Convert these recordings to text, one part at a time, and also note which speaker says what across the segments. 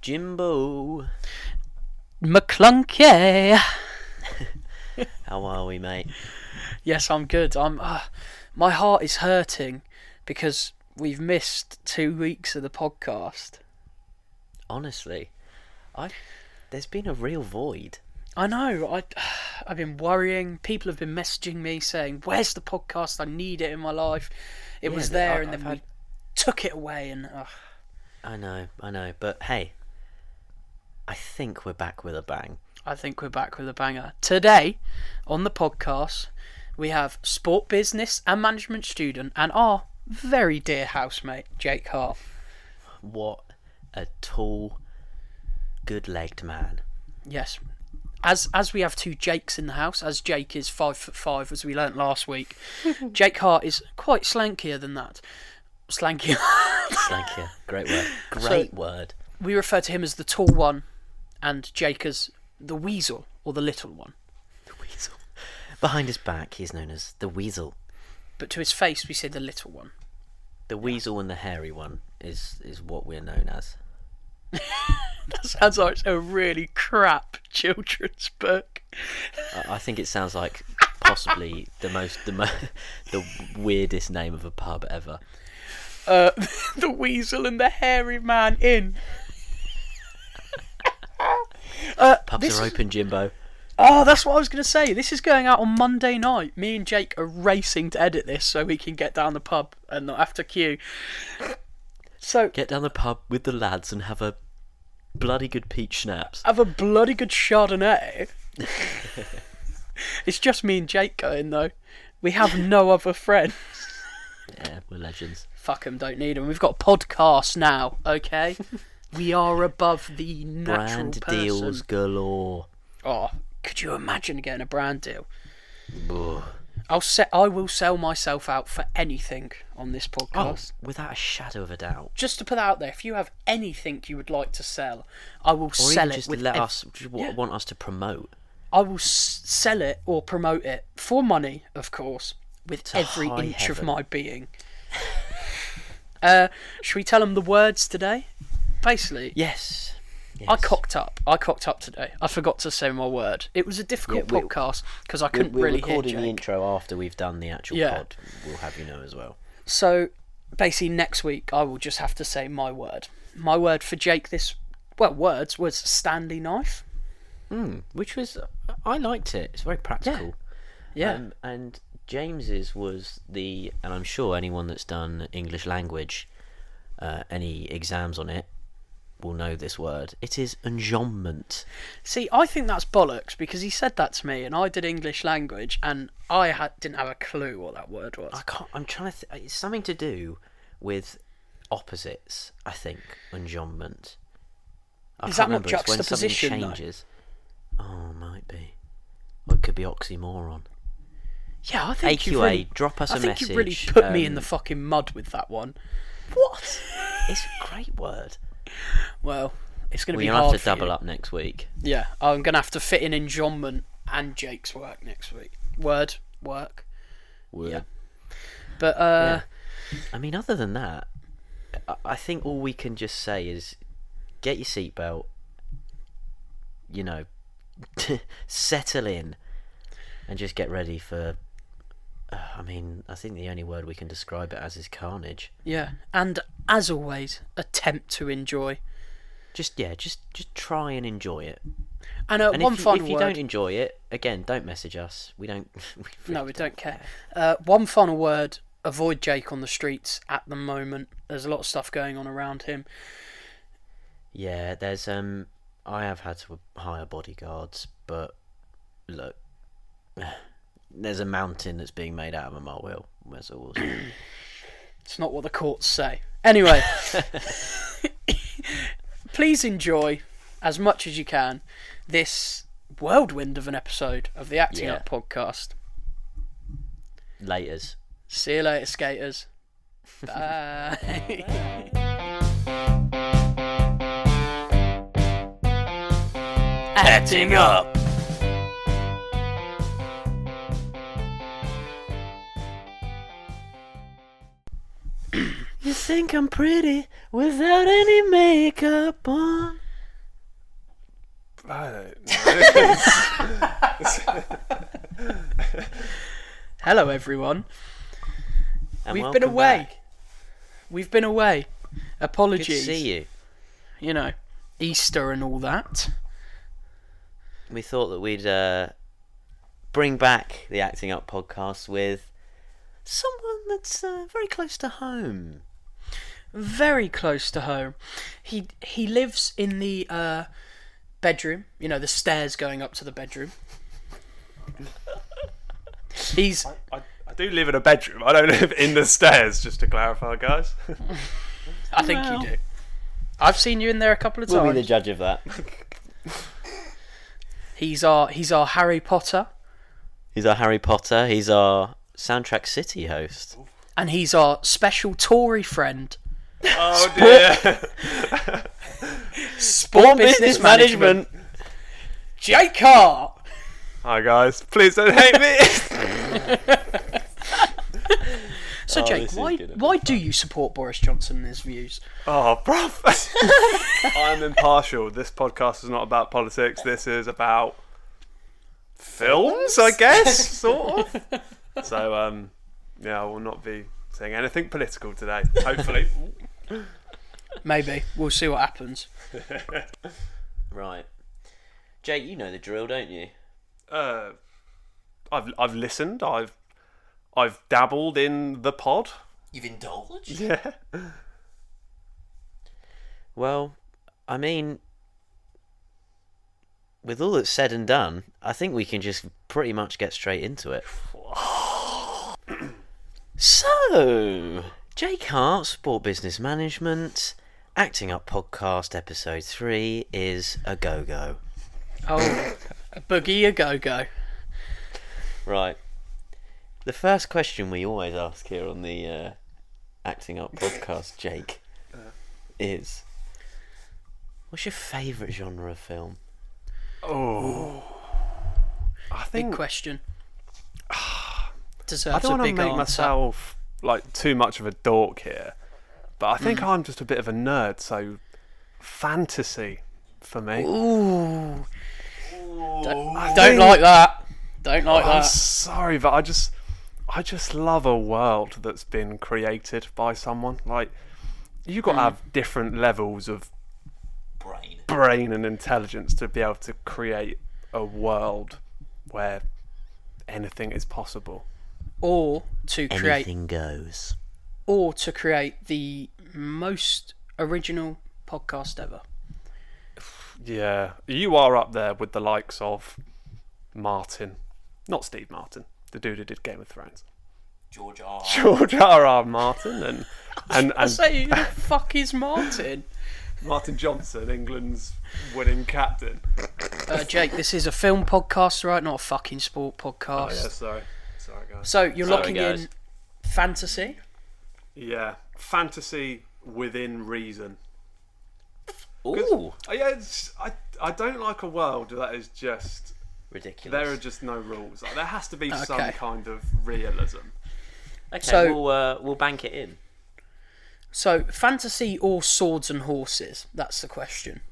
Speaker 1: Jimbo,
Speaker 2: McClunkey.
Speaker 1: how are we, mate?
Speaker 2: Yes, I'm good. I'm. Uh, my heart is hurting because we've missed two weeks of the podcast.
Speaker 1: Honestly, I there's been a real void.
Speaker 2: I know. I, I've been worrying. People have been messaging me saying, "Where's the podcast? I need it in my life." It
Speaker 1: Yeah,
Speaker 2: was
Speaker 1: but I-
Speaker 2: there, and
Speaker 1: I've
Speaker 2: then we
Speaker 1: had-
Speaker 2: took it away. And uh,
Speaker 1: I know, I know, but hey, I think we're back with a bang.
Speaker 2: I think we're back with a banger today on the podcast. We have sport business and management student, and our very dear housemate Jake Hart.
Speaker 1: What a tall, good-legged man.
Speaker 2: Yes. As as we have two Jakes in the house, as Jake is five foot five, as we learnt last week, Jake Hart is quite slankier than that. Slankier.
Speaker 1: Thank you. Great word. Great word.
Speaker 2: we refer to him as the tall one, and Jake as the weasel or the little one.
Speaker 1: The weasel. Behind his back, he's known as the weasel.
Speaker 2: But to his face, we say the little one.
Speaker 1: The weasel and the hairy one is is what we're known as.
Speaker 2: That sounds like a really crap children's book.
Speaker 1: I, I think it sounds like possibly the most the mo- the weirdest name of a pub ever.
Speaker 2: Uh, the weasel and the hairy man in.
Speaker 1: Pubs
Speaker 2: This
Speaker 1: are
Speaker 2: is-
Speaker 1: open, Jimbo.
Speaker 2: Oh, that's what I was going to say. This is going out on Monday night. Me and Jake are racing to edit this so we can get down the pub and not have to queue. So,
Speaker 1: Get down the pub with the lads and have a bloody good peach schnapps.
Speaker 2: have a bloody good Chardonnay. it's just me and Jake going, though. We have no other friend.
Speaker 1: Yeah, we're legends.
Speaker 2: Fuck 'em, don't need 'em. We've got a podcast now, okay? we are above the natural
Speaker 1: Brand
Speaker 2: person.
Speaker 1: deals galore.
Speaker 2: Oh, could you imagine getting a brand deal?
Speaker 1: Ugh.
Speaker 2: I'll se- I will sell myself out for anything on this
Speaker 1: Oh,
Speaker 2: podcast.
Speaker 1: without a shadow of a doubt.
Speaker 2: just to put that out there, if you have anything you would like to sell, I will
Speaker 1: Or
Speaker 2: sell
Speaker 1: even
Speaker 2: it.
Speaker 1: just
Speaker 2: with
Speaker 1: let
Speaker 2: ev-
Speaker 1: us just wa- want us to promote.
Speaker 2: I will s- sell it or promote it for money, of course, with every
Speaker 1: high
Speaker 2: inch of
Speaker 1: heaven.
Speaker 2: my being. uh, should we tell them the words today? Basically,
Speaker 1: Yes. yes.
Speaker 2: I cocked up. I cocked up today. I forgot to say my word. It was a difficult
Speaker 1: Yeah, we-
Speaker 2: podcast because I
Speaker 1: We're,
Speaker 2: couldn't
Speaker 1: we're
Speaker 2: really hear
Speaker 1: recording
Speaker 2: Jake.
Speaker 1: the intro after we've done the actual
Speaker 2: Yeah.
Speaker 1: pod. We'll have you know as well.
Speaker 2: So basically, next week I will just have to say my word. My word for Jake this well words was Stanley knife.
Speaker 1: Mm, which was I liked it. It's very practical.
Speaker 2: Yeah.
Speaker 1: Um, and James's was the, and I'm sure anyone that's done English language, uh, any exams on it, will know this word. It is enjambment.
Speaker 2: See, I think that's bollocks because he said that to me, and I did English language, and I had, didn't have a clue what that word was.
Speaker 1: I can't. I'm trying to. Th- it's something to do with opposites. I think enjambment. I can't
Speaker 2: Is that not
Speaker 1: remember. It's when something
Speaker 2: juxtaposition, though?
Speaker 1: changes. Oh, might be. Or it could be oxymoron.
Speaker 2: yeah, I think
Speaker 1: AQA,
Speaker 2: you really,
Speaker 1: drop us a
Speaker 2: I think
Speaker 1: message.
Speaker 2: you really put me in
Speaker 1: um,
Speaker 2: the fucking mud with that one.
Speaker 1: What? it's a great word.
Speaker 2: Well, it's going to
Speaker 1: We're
Speaker 2: be
Speaker 1: gonna
Speaker 2: hard
Speaker 1: have to
Speaker 2: for
Speaker 1: double
Speaker 2: you.
Speaker 1: up next week.
Speaker 2: Yeah, I'm going to have to fit in enjambment and Jake's work next week. Word work,
Speaker 1: Word.
Speaker 2: but uh,
Speaker 1: I mean, other than that, I- I think all we can just say is get your seatbelt. You know, settle in, and just get ready for. uh, I mean, I think the only word we can describe it as is carnage.
Speaker 2: yeah, and as always, attempt to enjoy.
Speaker 1: Just yeah, just just try and enjoy it.
Speaker 2: And, uh,
Speaker 1: And
Speaker 2: one
Speaker 1: if you,
Speaker 2: final
Speaker 1: if you
Speaker 2: word.
Speaker 1: don't enjoy it, again, don't message us. We don't. we really
Speaker 2: No, we don't care. Uh, one final word. Avoid Jake on the streets at the moment. There's a lot of stuff going on around him.
Speaker 1: Yeah, there's um I have had to hire bodyguards, but look there's a mountain that's being made out of a molehill. That's all we'll say.
Speaker 2: It's not what the courts say. Anyway, please enjoy as much as you can this whirlwind of an episode of the Acting
Speaker 1: Yeah.
Speaker 2: Up podcast.
Speaker 1: Laters.
Speaker 2: See you later, skaters. Bye. Acting up.
Speaker 1: You think I'm pretty without any makeup on?
Speaker 3: I don't know.
Speaker 2: Hello, everyone.
Speaker 1: And
Speaker 2: We've
Speaker 1: welcome
Speaker 2: been away.
Speaker 1: back.
Speaker 2: We've been away.
Speaker 1: Good to
Speaker 2: Apologies.
Speaker 1: see you.
Speaker 2: You know, Easter and all that.
Speaker 1: We thought that we'd uh, bring back the Acting Up podcast with someone that's uh, very close to home.
Speaker 2: Very close to home. He he lives in the uh, bedroom. You know, the stairs going up to the bedroom. He's
Speaker 3: I, I do live in a bedroom. I don't live in the stairs, just to clarify, guys.
Speaker 2: I think you do. I've seen you in there a couple of
Speaker 1: We'll
Speaker 2: times.
Speaker 1: be the judge of that.
Speaker 2: He's our he's our Harry Potter
Speaker 1: He's our Harry Potter. He's our Soundtrack City host.
Speaker 2: and he's our special Tory friend.
Speaker 3: Oh dear.
Speaker 2: Sport Jake Hart.
Speaker 3: Hi, guys. Please don't hate me.
Speaker 2: So
Speaker 1: Oh,
Speaker 2: Jake,
Speaker 1: this is
Speaker 2: why
Speaker 1: gonna be
Speaker 2: why do you support Boris Johnson and his views?
Speaker 3: oh, bruv. I'm impartial. This podcast is not about politics. This is about films, I guess, sort of. So, um, yeah, I will not be saying anything political today. Hopefully.
Speaker 2: Maybe we'll see what happens.
Speaker 1: Right. Jake, you know the drill, don't you?
Speaker 3: uh, I've I've listened. I've I've dabbled in the pod.
Speaker 1: You've indulged?
Speaker 3: Yeah.
Speaker 1: Well, I mean, with all that's said and done, I think we can just pretty much get straight into it. so, Jake Hart, Sport Business Management, Acting Up Podcast, Episode 3 is a go go.
Speaker 2: Oh, a boogie a go go.
Speaker 1: Right. The first question we always ask here on the uh, Acting Up podcast, Jake, is What's your favourite genre of film?
Speaker 3: Oh. I
Speaker 2: Big
Speaker 3: think
Speaker 2: question. Deserves
Speaker 3: I don't
Speaker 2: a
Speaker 3: want to
Speaker 2: big
Speaker 3: make
Speaker 2: answer.
Speaker 3: myself like too much of a dork here, but I
Speaker 2: Mm.
Speaker 3: think I'm just a bit of a nerd. So fantasy for me.
Speaker 2: Ooh, don't,
Speaker 3: I
Speaker 2: don't
Speaker 3: think-
Speaker 2: like that. Don't like
Speaker 3: I'm
Speaker 2: that.
Speaker 3: sorry, but I just I just love a world that's been created by someone. Like you got to
Speaker 2: Mm.
Speaker 3: have different levels of
Speaker 1: Brain.
Speaker 3: brain and intelligence to be able to create a world where anything is possible.
Speaker 2: Or to create
Speaker 1: Anything goes.
Speaker 2: or to create the most original podcast ever.
Speaker 3: Yeah, you are up there with the likes of Martin, not Steve Martin, the dude who did Game of Thrones,
Speaker 1: George R.
Speaker 3: George R. R. Martin, and and,
Speaker 2: I
Speaker 3: and
Speaker 2: say, who the fuck is Martin?
Speaker 3: Martin Johnson, England's winning captain.
Speaker 2: Uh, Jake, this is a film podcast, right? Not a fucking sport
Speaker 3: Oh,
Speaker 2: podcast.
Speaker 3: sorry, sorry guys.
Speaker 2: So you're
Speaker 1: Sorry,
Speaker 2: locking
Speaker 1: guys.
Speaker 2: in fantasy.
Speaker 3: Yeah, fantasy within reason.
Speaker 1: Ooh!
Speaker 3: Oh, yeah, it's, I I don't like a world that is just
Speaker 1: Ridiculous.
Speaker 3: There are just no rules. Like, there has to be some
Speaker 2: Okay.
Speaker 3: kind of realism.
Speaker 1: okay,
Speaker 2: so-
Speaker 1: we'll, uh, we'll bank it in.
Speaker 2: So fantasy or swords and horses? That's the question.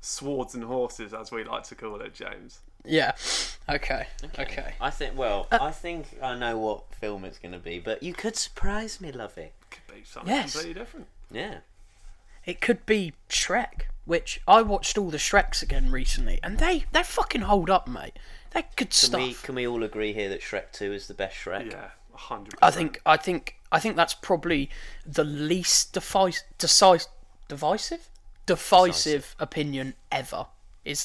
Speaker 3: Swords and horses, as we like to call it, James.
Speaker 2: Yeah. Okay. Okay.
Speaker 1: I think, well,
Speaker 2: Uh,
Speaker 1: I think I know what film it's going to be, but you could surprise me, lovey.
Speaker 3: Could be something
Speaker 2: Yes.
Speaker 3: completely different.
Speaker 1: Yeah.
Speaker 2: It could be Shrek, which I watched all the Shreks again recently, and they they fucking hold up, mate. They're good
Speaker 1: Can
Speaker 2: stuff.
Speaker 1: we, can we all agree here that Shrek 2 is the best Shrek?
Speaker 3: Yeah, hundred.
Speaker 2: I think I think I think that's probably the least defi- decis divisive divisive opinion ever. Is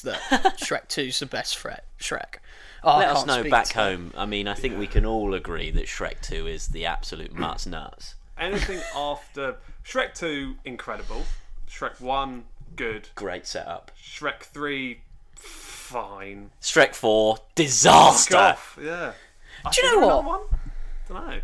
Speaker 2: that Shrek 2's the best Fre- Shrek? Oh, I
Speaker 1: Let us
Speaker 2: can't
Speaker 1: know
Speaker 2: speak
Speaker 1: back
Speaker 2: to-
Speaker 1: home. I mean, I think we can all agree that Shrek 2 is the absolute nuts nuts.
Speaker 3: anything after Shrek Two, incredible. Shrek One, good.
Speaker 1: Great setup.
Speaker 3: Shrek Three, fine.
Speaker 1: Shrek 4, disaster.
Speaker 3: Stuff. Yeah.
Speaker 2: Do you know what?
Speaker 3: Don't know.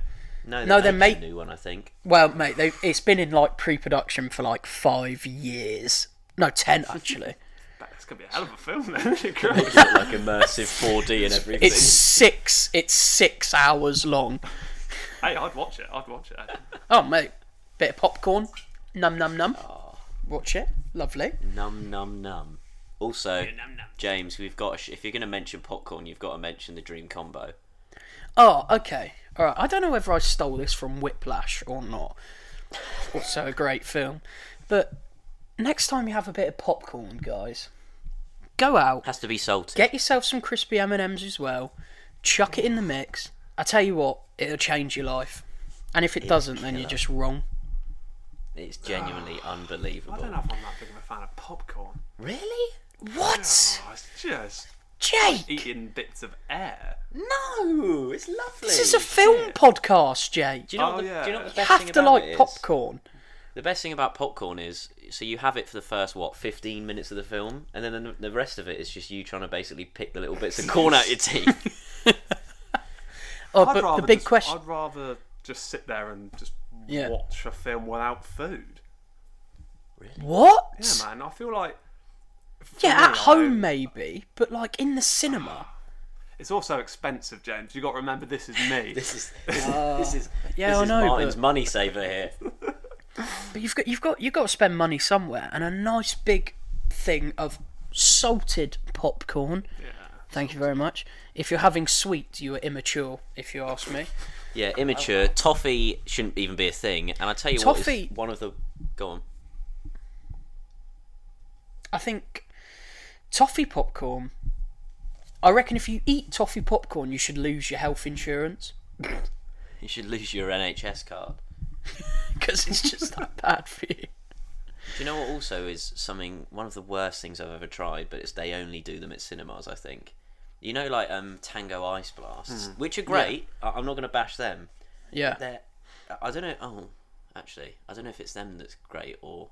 Speaker 1: No,
Speaker 2: No,
Speaker 1: they're
Speaker 2: they're
Speaker 1: making
Speaker 2: ma-
Speaker 1: a new one, I think.
Speaker 2: Well, mate, they, it's been in like pre-production for like five years. No, ten actually.
Speaker 3: That's gonna be a hell of a film then. Great.
Speaker 1: like immersive 4D and everything.
Speaker 2: It's six. It's six hours long.
Speaker 3: hey, I'd watch it. I'd watch it.
Speaker 2: Oh, mate,
Speaker 1: Ah.
Speaker 2: bit of popcorn. Num num num. Watch it. Lovely.
Speaker 1: Num num num. Also, James, we've got. to Sh- if you're going to mention popcorn, you've got to mention the dream combo.
Speaker 2: Oh, okay. All right. I don't know whether I stole this from Whiplash or not. Also a great film. But next time you have a bit of popcorn, guys, go out,
Speaker 1: Has to be salty.
Speaker 2: get yourself some crispy M&Ms as well, chuck it in the mix. I tell you what, it'll change your life. And if it doesn't, then you're just wrong.
Speaker 1: it's genuinely unbelievable.
Speaker 3: I don't know if I'm that big of a fan of popcorn.
Speaker 4: Really?
Speaker 2: What?
Speaker 3: Oh, it's just
Speaker 2: Jake!
Speaker 3: eating bits of air.
Speaker 4: No, it's lovely.
Speaker 2: This is a film podcast, Jake.
Speaker 1: Do you know?
Speaker 3: Oh,
Speaker 1: what the,
Speaker 3: yeah.
Speaker 1: Do you know what the
Speaker 2: You
Speaker 1: best
Speaker 2: have
Speaker 1: thing
Speaker 2: to
Speaker 1: about
Speaker 2: like
Speaker 1: it is?
Speaker 2: popcorn.
Speaker 1: The best thing about popcorn is so you have it for the first what 15 minutes of the film, and then the, the rest of it is just you trying to basically pick the little bits of corn out your teeth.
Speaker 2: Oh,
Speaker 3: I'd
Speaker 2: but
Speaker 3: rather
Speaker 2: the big
Speaker 3: just-
Speaker 2: question.
Speaker 3: I'd rather just sit there and just
Speaker 2: Yeah.
Speaker 3: watch a film without food.
Speaker 2: What?
Speaker 3: Yeah, man. I feel like for
Speaker 2: Yeah,
Speaker 3: me,
Speaker 2: at
Speaker 3: I-
Speaker 2: home maybe, but like in the cinema.
Speaker 3: It's also expensive, James. You got to remember, this is me.
Speaker 1: this is this is
Speaker 2: Yeah,
Speaker 1: this
Speaker 2: I
Speaker 1: is
Speaker 2: know,
Speaker 1: Martin's
Speaker 2: but,
Speaker 1: money saver here.
Speaker 2: but you've got you've got you've got to spend money somewhere, and a nice big thing of salted popcorn.
Speaker 3: yeah.
Speaker 2: Thank you very much. If you're having sweet, you are immature. If you ask me,
Speaker 1: Yeah, immature toffee shouldn't even be a thing. And I tell you what,
Speaker 2: Toffee-
Speaker 1: is one of the go on.
Speaker 2: I think toffee popcorn. I reckon if you eat toffee popcorn, you should lose your health insurance
Speaker 1: You should lose your NHS card.
Speaker 2: because it's just that bad for you.
Speaker 1: Do you know what also is something one of the worst things I've ever tried, but it's they only do them at cinemas, I think. You know like um Tango Ice Blasts,
Speaker 3: Hmm.
Speaker 1: which are great. I- I'm not going to bash them.
Speaker 2: Yeah.
Speaker 1: They're I- I don't know oh, actually, I don't know if it's them that's great or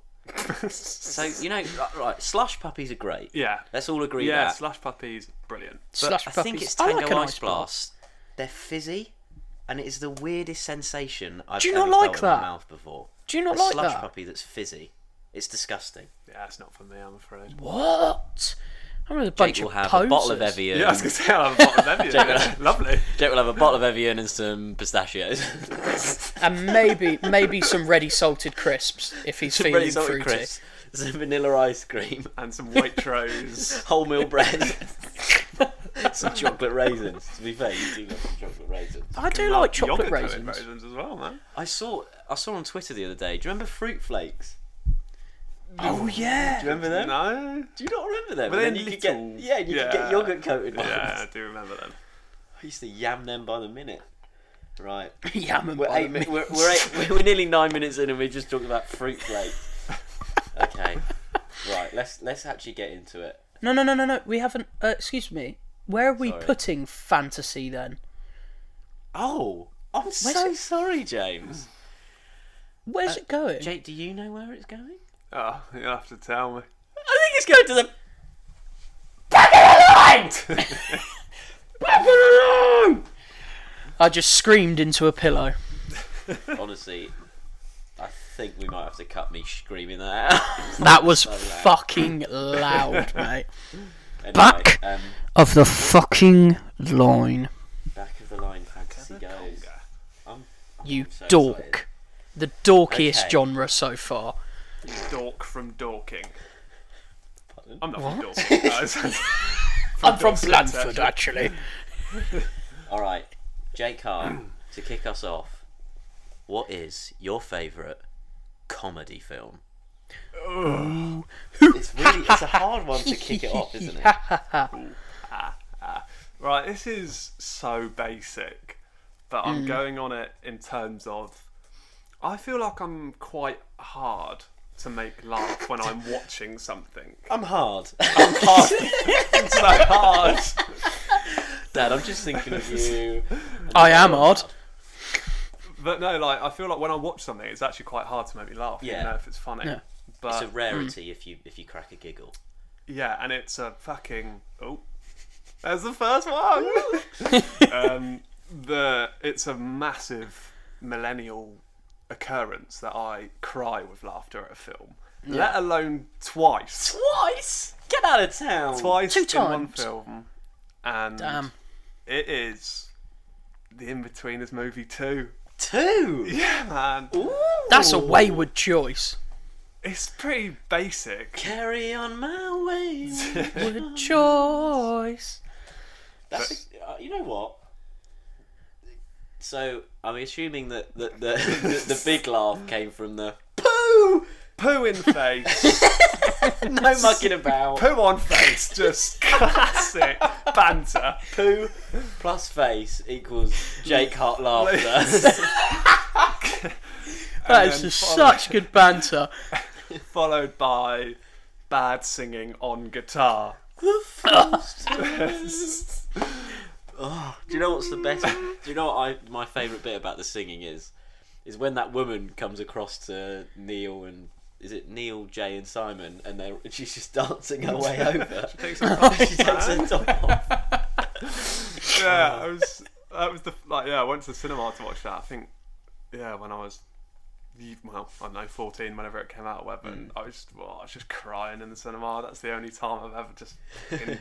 Speaker 1: So, you know, right, right, slush puppies are great.
Speaker 3: Yeah.
Speaker 1: Let's all agree
Speaker 3: Yeah,
Speaker 1: that.
Speaker 3: Slash Puppies, brilliant.
Speaker 2: Slush
Speaker 1: I
Speaker 2: puppies.
Speaker 1: think it's
Speaker 2: I
Speaker 1: Tango
Speaker 2: like an
Speaker 1: Ice
Speaker 2: ice bar.
Speaker 1: Blast. They're fizzy, and it is the weirdest sensation I've
Speaker 2: Do you
Speaker 1: ever
Speaker 2: not like
Speaker 1: felt in
Speaker 2: that?
Speaker 1: my mouth before.
Speaker 2: Do you not
Speaker 1: a
Speaker 2: like
Speaker 1: slush
Speaker 2: that?
Speaker 1: puppy that's fizzy. It's disgusting.
Speaker 3: Yeah, it's not for me, I'm afraid.
Speaker 2: What? I'm with a bunch
Speaker 1: Jake will
Speaker 2: of
Speaker 1: have
Speaker 2: posers.
Speaker 1: a bottle of Evian.
Speaker 3: Yeah, I was going to say, I'll have a bottle of Evian. Lovely.
Speaker 1: Jake will have a bottle of Evian and some pistachios.
Speaker 2: and maybe maybe some ready salted crisps if he's feeling
Speaker 1: Really salted
Speaker 2: fruity.
Speaker 1: crisps, some vanilla ice cream,
Speaker 3: And some Waitrose.
Speaker 1: wholemeal bread, some chocolate raisins. To be fair, you do love some chocolate raisins.
Speaker 2: I do
Speaker 3: Fucking
Speaker 2: like
Speaker 3: love
Speaker 2: chocolate
Speaker 3: yogurt coated
Speaker 2: raisins.
Speaker 3: raisins as well, man.
Speaker 1: I saw I saw on Twitter the other day. Do you remember fruit flakes?
Speaker 2: Oh yeah.
Speaker 1: Do you remember them?
Speaker 3: No.
Speaker 1: Do you not remember them?
Speaker 3: Were
Speaker 1: And
Speaker 3: they
Speaker 1: then you could
Speaker 3: little?
Speaker 1: get yeah, and you could
Speaker 3: Yeah.
Speaker 1: get yogurt coated ones.
Speaker 3: Yeah, I do remember them.
Speaker 1: I used to yam them by the minute. Right.
Speaker 2: yeah, I'm a
Speaker 1: We're
Speaker 2: bottle
Speaker 1: eight.
Speaker 2: of
Speaker 1: mi-
Speaker 2: mint.
Speaker 1: We're, we're, eight we're nearly nine minutes in, and we're just talking about fruit flakes. Okay. Right. Let's let's actually get into it.
Speaker 2: No, no, no, no, no. We haven't. Uh, excuse me. Where are we
Speaker 1: Sorry.
Speaker 2: putting fantasy then?
Speaker 1: Oh, I'm so sorry, James.
Speaker 2: Where's it going?
Speaker 1: Uh, Jake, do you know where it's going?
Speaker 3: Oh, you'll have to tell me.
Speaker 1: I think it's going to the.
Speaker 2: I just screamed into a pillow.
Speaker 1: Honestly, I think we might have to cut me screaming that out.
Speaker 2: That was fucking loud, mate.
Speaker 1: Anyway,
Speaker 2: Back.
Speaker 1: Um,
Speaker 2: Of the fucking line,
Speaker 1: back of the line fantasy goes. I'm
Speaker 2: you
Speaker 1: so
Speaker 2: dork.
Speaker 1: excited.
Speaker 2: The dorkiest
Speaker 1: Okay.
Speaker 2: genre so far.
Speaker 3: Dork from Dorking.
Speaker 1: Pardon?
Speaker 3: I'm not from Dorking, guys.
Speaker 2: I'm from Blandford, actually.
Speaker 1: All right, Jake Hart, to kick us off, what is your favourite comedy film? it's really it's a hard one to kick it off, isn't it?
Speaker 3: Right, this is so basic, but I'm going on it in terms of. I feel like I'm quite hard to make laugh when I'm watching something.
Speaker 1: I'm hard,
Speaker 3: I'm so hard.
Speaker 1: Dad. I'm just thinking of you.
Speaker 2: I am odd.
Speaker 3: But no, like, I feel like when I watch something, it's actually quite hard to make me laugh,
Speaker 1: Yeah.
Speaker 3: even though if it's funny.
Speaker 2: Yeah.
Speaker 1: It's
Speaker 3: But
Speaker 1: a rarity if you if you crack a giggle.
Speaker 3: yeah, and it's a fucking. Oh. There's the first one! um, the It's a massive millennial occurrence that I cry with laughter at a film, let alone twice.
Speaker 1: Twice. Get out of town.
Speaker 3: twice
Speaker 2: Two
Speaker 3: in one
Speaker 2: times.
Speaker 3: film, and
Speaker 2: Damn.
Speaker 3: it is the In Betweeners movie too.
Speaker 1: Two.
Speaker 3: Yeah, man.
Speaker 2: That's a wayward choice.
Speaker 3: It's pretty basic.
Speaker 1: Carry on my way.
Speaker 2: With choice.
Speaker 1: That's uh, you know what. So I'm assuming that the the, the, the big laugh came from the poo,
Speaker 3: Poo in face.
Speaker 1: no mucking about,
Speaker 3: poo on face. Just classic banter.
Speaker 1: poo plus face equals Jake Hart laughter.
Speaker 2: That
Speaker 3: And
Speaker 2: is
Speaker 3: then
Speaker 2: just
Speaker 3: follow-
Speaker 2: such good banter.
Speaker 3: Followed by bad singing on guitar.
Speaker 1: Oh, Do you know what's the best? Do you know what I, my favourite bit about the singing is? Is when that woman comes across to Neil and is it Neil, Jay, and Simon, and they and she's just dancing her way over.
Speaker 3: Takes a fucking
Speaker 1: she takes her
Speaker 3: hand.
Speaker 1: top off.
Speaker 3: yeah, I was. That was the like. Yeah, I went to the cinema to watch that. I think. Yeah, when I was, ye- well, I don't know, fourteen, whenever it came out, whatever. And I was, just, well, I was just crying in the cinema. That's the only time I've ever just. fucking-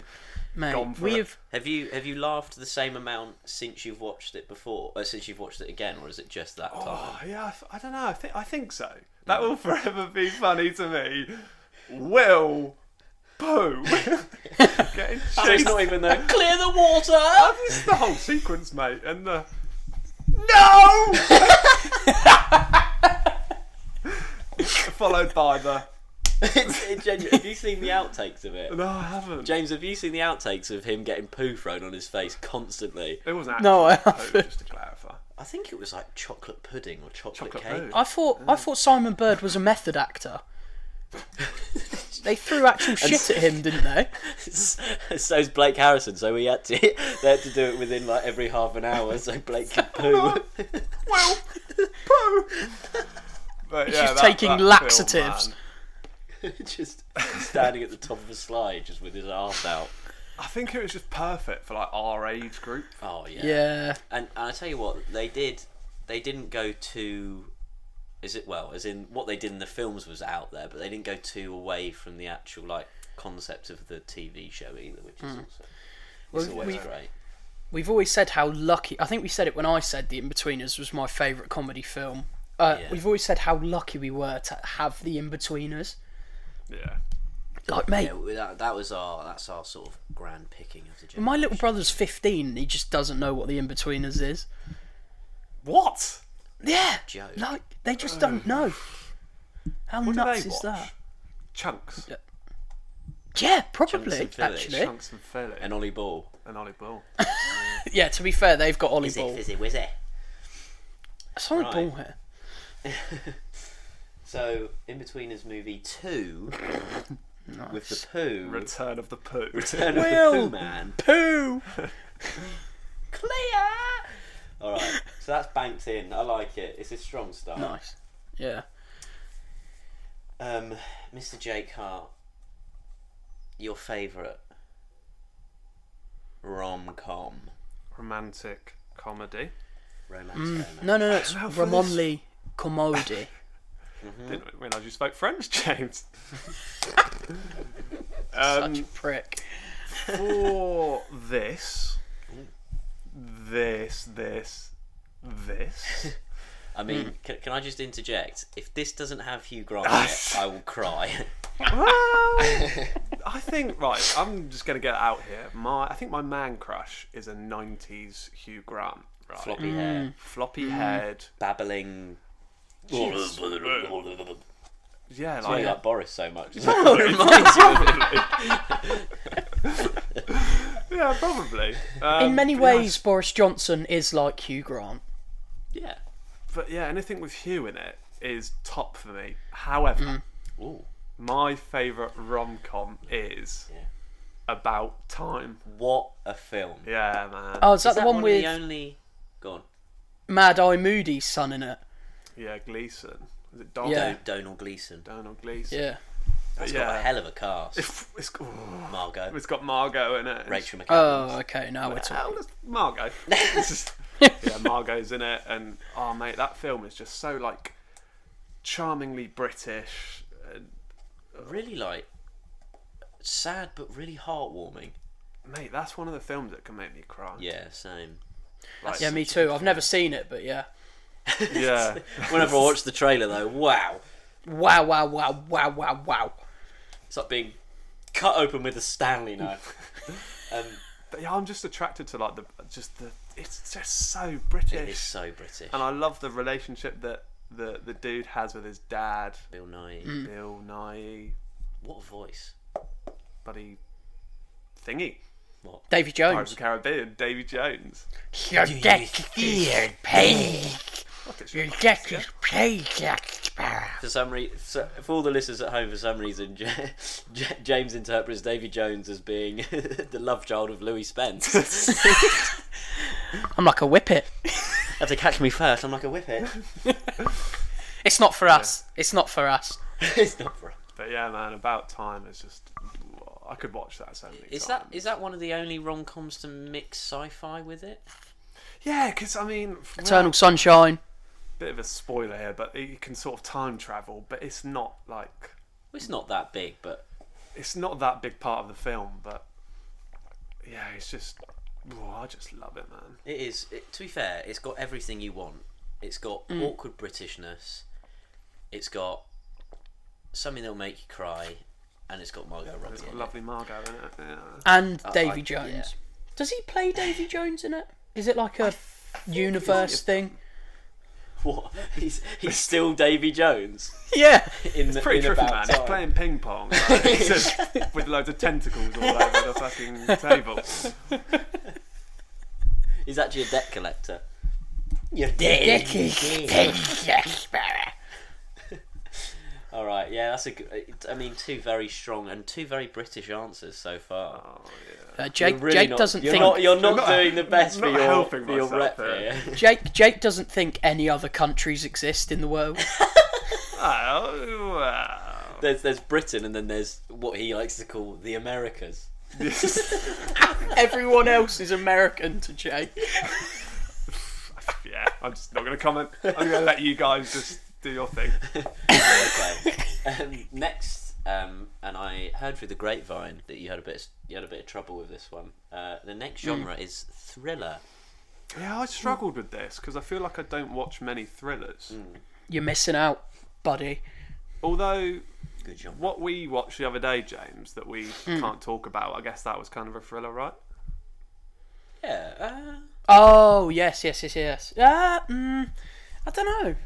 Speaker 3: Gone
Speaker 2: Mate,
Speaker 3: for
Speaker 2: we
Speaker 3: it.
Speaker 2: have
Speaker 1: Have you have you laughed the same amount since you've watched it before, or since you've watched it again, or is it just that time?
Speaker 3: oh yeah, I, th- I don't know. I think I think so. That will forever be funny to me. Will poo getting
Speaker 1: It's
Speaker 3: chased.
Speaker 1: not even the clear the water.
Speaker 3: It's the whole sequence, mate, and the no. Followed by the
Speaker 1: it's, it genu- have you seen the outtakes of it?
Speaker 3: no, I haven't.
Speaker 1: James, have you seen the outtakes of him getting poo thrown on his face constantly?
Speaker 3: It wasn't
Speaker 2: No,
Speaker 3: actually
Speaker 2: I
Speaker 3: poo,
Speaker 2: haven't.
Speaker 3: Just to clarify,
Speaker 1: I think it was like chocolate pudding or chocolate,
Speaker 3: Chocolate
Speaker 1: cake.
Speaker 3: poo.
Speaker 2: I thought I thought Simon Bird was a method actor. they threw actual shit at him, didn't they?
Speaker 1: So's Blake Harrison, so we had to they had to do it within like every half an hour, so Blake could poo.
Speaker 3: well, poo. But yeah,
Speaker 2: just
Speaker 3: that-
Speaker 2: taking
Speaker 3: that film,
Speaker 2: laxatives.
Speaker 3: man.
Speaker 1: just standing at the top of a slide, just with his arse out.
Speaker 3: I think it was just perfect for like our age group.
Speaker 1: Oh yeah.
Speaker 2: Yeah.
Speaker 1: And, and I tell you what, they did. They didn't go too. Is it well? As in what they did in the films was out there, but they didn't go too away from the actual like concept of the TV show either, which is also
Speaker 2: Well,
Speaker 1: it's always
Speaker 2: Hmm. we-
Speaker 1: great.
Speaker 2: We've always said how lucky. I think we said it when I said The Inbetweeners was my favourite comedy film. Uh,
Speaker 1: Yeah.
Speaker 2: We've always said how lucky we were to have The Inbetweeners.
Speaker 3: Yeah.
Speaker 2: Like, mate,
Speaker 1: Yeah, well, that, that was our that's our sort of grand picking of the. Generation.
Speaker 2: my little brother's 15 and he just doesn't know what The Inbetweeners is.
Speaker 3: What?
Speaker 2: Yeah.
Speaker 1: Joke.
Speaker 2: Like, they just don't know. How
Speaker 3: Mm. What
Speaker 2: nuts
Speaker 3: do they
Speaker 2: is
Speaker 3: watch?
Speaker 2: that?
Speaker 3: Chunks.
Speaker 2: Yeah, probably,
Speaker 1: and Phillies.
Speaker 2: actually.
Speaker 3: Chunks and Philly
Speaker 1: and
Speaker 3: and,
Speaker 1: Ollie Ball.
Speaker 3: Ollie Bull.
Speaker 2: Yeah, to be fair, they've got Ollie
Speaker 1: Is it?
Speaker 2: Ball.
Speaker 1: Is it? Was it?
Speaker 2: Sorry,
Speaker 1: Right.
Speaker 2: Ball here.
Speaker 1: So in between is movie two with the poo.
Speaker 3: Return of the Poo.
Speaker 1: Return of the
Speaker 2: Will.
Speaker 1: Poo Man.
Speaker 2: Poo!
Speaker 1: Clear. All right. So that's banked in. I like it. It's a strong start.
Speaker 2: Nice. Yeah.
Speaker 1: Um, Mr. Jake Hart, your favourite rom com
Speaker 3: Romantic comedy.
Speaker 1: romance drama.
Speaker 2: No, no, no. It's
Speaker 3: Ralph
Speaker 2: Ramonli Comodi.
Speaker 3: Didn't realise you spoke French, James.
Speaker 2: Such a
Speaker 3: um,
Speaker 2: prick.
Speaker 3: for this, this, this, this.
Speaker 1: I mean,
Speaker 2: Mm.
Speaker 1: can, can I just interject? If this doesn't have Hugh Grant, in it, I will cry.
Speaker 3: Well, I think right. I'm just gonna get it out here. My I think my man crush is a '90s Hugh Grant. Right,
Speaker 1: Floppy
Speaker 2: Mm.
Speaker 1: hair,
Speaker 3: floppy head.
Speaker 1: babbling.
Speaker 3: Yeah,
Speaker 1: I
Speaker 3: like
Speaker 1: like Boris so much.
Speaker 3: yeah, probably. Um,
Speaker 2: In many
Speaker 3: but yeah,
Speaker 2: ways, Boris Johnson is like Hugh Grant.
Speaker 1: yeah.
Speaker 3: but yeah, anything with Hugh in it is top for me. However,
Speaker 2: Mm.
Speaker 1: Ooh.
Speaker 3: my favourite rom com is
Speaker 1: Yeah. Mm.
Speaker 3: About Time.
Speaker 1: What a film.
Speaker 3: Yeah, man.
Speaker 2: Oh, is that
Speaker 1: Is
Speaker 2: the
Speaker 1: that
Speaker 2: one,
Speaker 1: of
Speaker 2: with
Speaker 1: the um, only? Go on.
Speaker 2: Mad Eye Moody's son in it?
Speaker 3: Yeah, Gleason. Is it Donald?
Speaker 2: Yeah.
Speaker 1: Donald Gleason.
Speaker 3: Donald Gleason.
Speaker 2: Yeah.
Speaker 1: That's
Speaker 3: yeah.
Speaker 1: got a hell of a cast.
Speaker 3: It's, oh,
Speaker 1: Margot,
Speaker 3: it's got Margot in it.
Speaker 1: Rachel McAdams.
Speaker 2: Oh, okay. Now we're
Speaker 3: Oh,
Speaker 2: talking.
Speaker 3: that's Margot. It's just- yeah, Margot's in it, and oh mate, that film is just so like charmingly British. and,
Speaker 1: really like sad but really heartwarming.
Speaker 3: Mate, that's one of the films that can make me cry.
Speaker 1: Yeah, same.
Speaker 3: Like,
Speaker 2: Yeah, me too. I've never seen it, but yeah.
Speaker 3: yeah.
Speaker 1: Whenever I watch the trailer though, wow.
Speaker 2: Wow, wow, wow, wow, wow, wow.
Speaker 1: It's like being cut open with a Stanley knife. um,
Speaker 3: But yeah, I'm just attracted to like the just the it's just so
Speaker 1: it is
Speaker 3: British,
Speaker 1: so British.
Speaker 3: and I love the relationship that the the dude has with his dad,
Speaker 1: Bill Nye.
Speaker 3: Bill Nye,
Speaker 1: What a voice.
Speaker 3: buddy thingy,
Speaker 2: Davy
Speaker 3: Pirates
Speaker 2: Jones.
Speaker 3: of the Caribbean, Davy Jones.
Speaker 2: Your death is pain.
Speaker 3: What is
Speaker 2: Your
Speaker 3: your-
Speaker 2: death is pain, Jack Sparrow.
Speaker 1: For some reason, so, for all the listeners at home, for some reason, J- J- James interprets Davy Jones as being the love child of Louis Spence.
Speaker 2: I'm like a whippet.
Speaker 1: Have to catch me first. I'm like a whippet.
Speaker 2: It's not for us. It's not for us.
Speaker 1: it's not for.
Speaker 3: But yeah, man, about time is just I could watch that so many
Speaker 1: Is
Speaker 3: times.
Speaker 1: that is that one of the only rom coms to mix sci-fi with it?
Speaker 3: Yeah, because I mean,
Speaker 2: Eternal Sunshine.
Speaker 3: bit of a spoiler here, but you can sort of time travel, but it's not like
Speaker 1: Well, it's not that big, but
Speaker 3: it's not that big part of the film, but yeah, it's just oh, I just love it, man.
Speaker 1: it is. It, to be fair, it's got everything you want. It's got
Speaker 2: Mm.
Speaker 1: awkward Britishness. It's got something that'll make you cry, and it's got Margot Robbie.
Speaker 3: It's got
Speaker 1: in it.
Speaker 3: lovely Margot in it. Yeah.
Speaker 2: And
Speaker 1: I-
Speaker 2: Davy
Speaker 1: yeah.
Speaker 2: Jones. Does he play Davy Jones in it? Is it like a universe thing?
Speaker 1: What? He's, he's still Davy Jones
Speaker 2: Yeah.
Speaker 1: in the
Speaker 3: Pretty
Speaker 1: in
Speaker 3: trippy,
Speaker 1: about
Speaker 3: man. He's
Speaker 1: time.
Speaker 3: playing ping pong like, it's just with loads of tentacles all over the fucking table.
Speaker 1: He's actually a debt collector. All right, yeah, that's a good. it- I mean, two very strong and two very British answers so far.
Speaker 2: Uh, Jake,
Speaker 1: You're really
Speaker 2: Jake
Speaker 1: not-
Speaker 2: doesn't
Speaker 1: you're
Speaker 2: think
Speaker 1: Not, you're not,
Speaker 3: not-
Speaker 1: doing the best
Speaker 3: I'm
Speaker 1: for
Speaker 3: not
Speaker 1: your,
Speaker 3: helping
Speaker 1: for your rep
Speaker 3: myself
Speaker 1: here.
Speaker 3: here.
Speaker 2: Jake Jake doesn't think any other countries exist in the world.
Speaker 3: Oh, wow.
Speaker 1: There's there's Britain and then there's what he likes to call the Americas.
Speaker 2: Everyone else is American to Jake.
Speaker 3: Yeah, I'm just not going to comment. I'm going to let you guys just do your thing.
Speaker 1: Okay. um, next, um, and I heard through the grapevine that you had a bit of, you had a bit of trouble with this one. Uh, the next
Speaker 3: Hmm.
Speaker 1: genre is thriller.
Speaker 3: Yeah, I struggled with this because I feel like I don't watch many thrillers.
Speaker 1: Mm.
Speaker 2: You're missing out, buddy.
Speaker 3: Although
Speaker 1: Good genre.
Speaker 3: what we watched the other day, James, that we
Speaker 1: Mm.
Speaker 3: can't talk about, I guess that was kind of a thriller, right?
Speaker 1: Yeah. Uh,
Speaker 2: Oh yes, yes, yes, yes. Uh, mm, I don't know.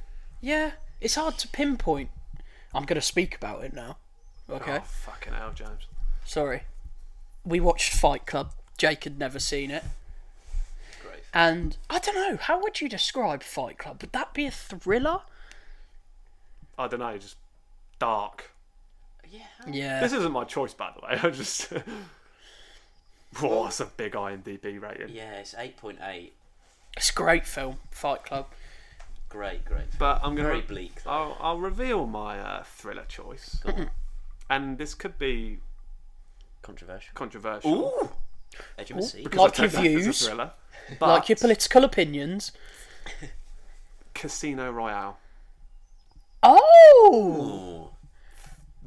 Speaker 2: Yeah, it's hard to pinpoint. I'm gonna speak about it now. Okay,
Speaker 3: Oh, fucking hell, James.
Speaker 2: sorry. We watched Fight Club. Jake had never seen it,
Speaker 1: great.
Speaker 2: and I don't know. How would you describe Fight Club? Would that be a thriller?
Speaker 3: I don't know, just dark.
Speaker 1: Yeah.
Speaker 2: Yeah.
Speaker 3: This isn't my choice, by the way. I just. Whoa, that's a big IMDb rating.
Speaker 1: Yeah, it's eight point eight.
Speaker 2: It's a great film, Fight Club.
Speaker 1: Great, great.
Speaker 3: But I'm gonna.
Speaker 1: Very bleak, though.
Speaker 3: I'll, I'll reveal my uh, thriller choice, and this could be
Speaker 1: Controversial.
Speaker 3: controversial.
Speaker 1: Edge of my seat.
Speaker 3: because I
Speaker 2: Like your
Speaker 3: don't think it's a
Speaker 2: views.
Speaker 3: thriller.
Speaker 2: Like your
Speaker 3: But
Speaker 2: political opinions.
Speaker 3: Casino Royale,
Speaker 2: Oh!
Speaker 1: Ooh.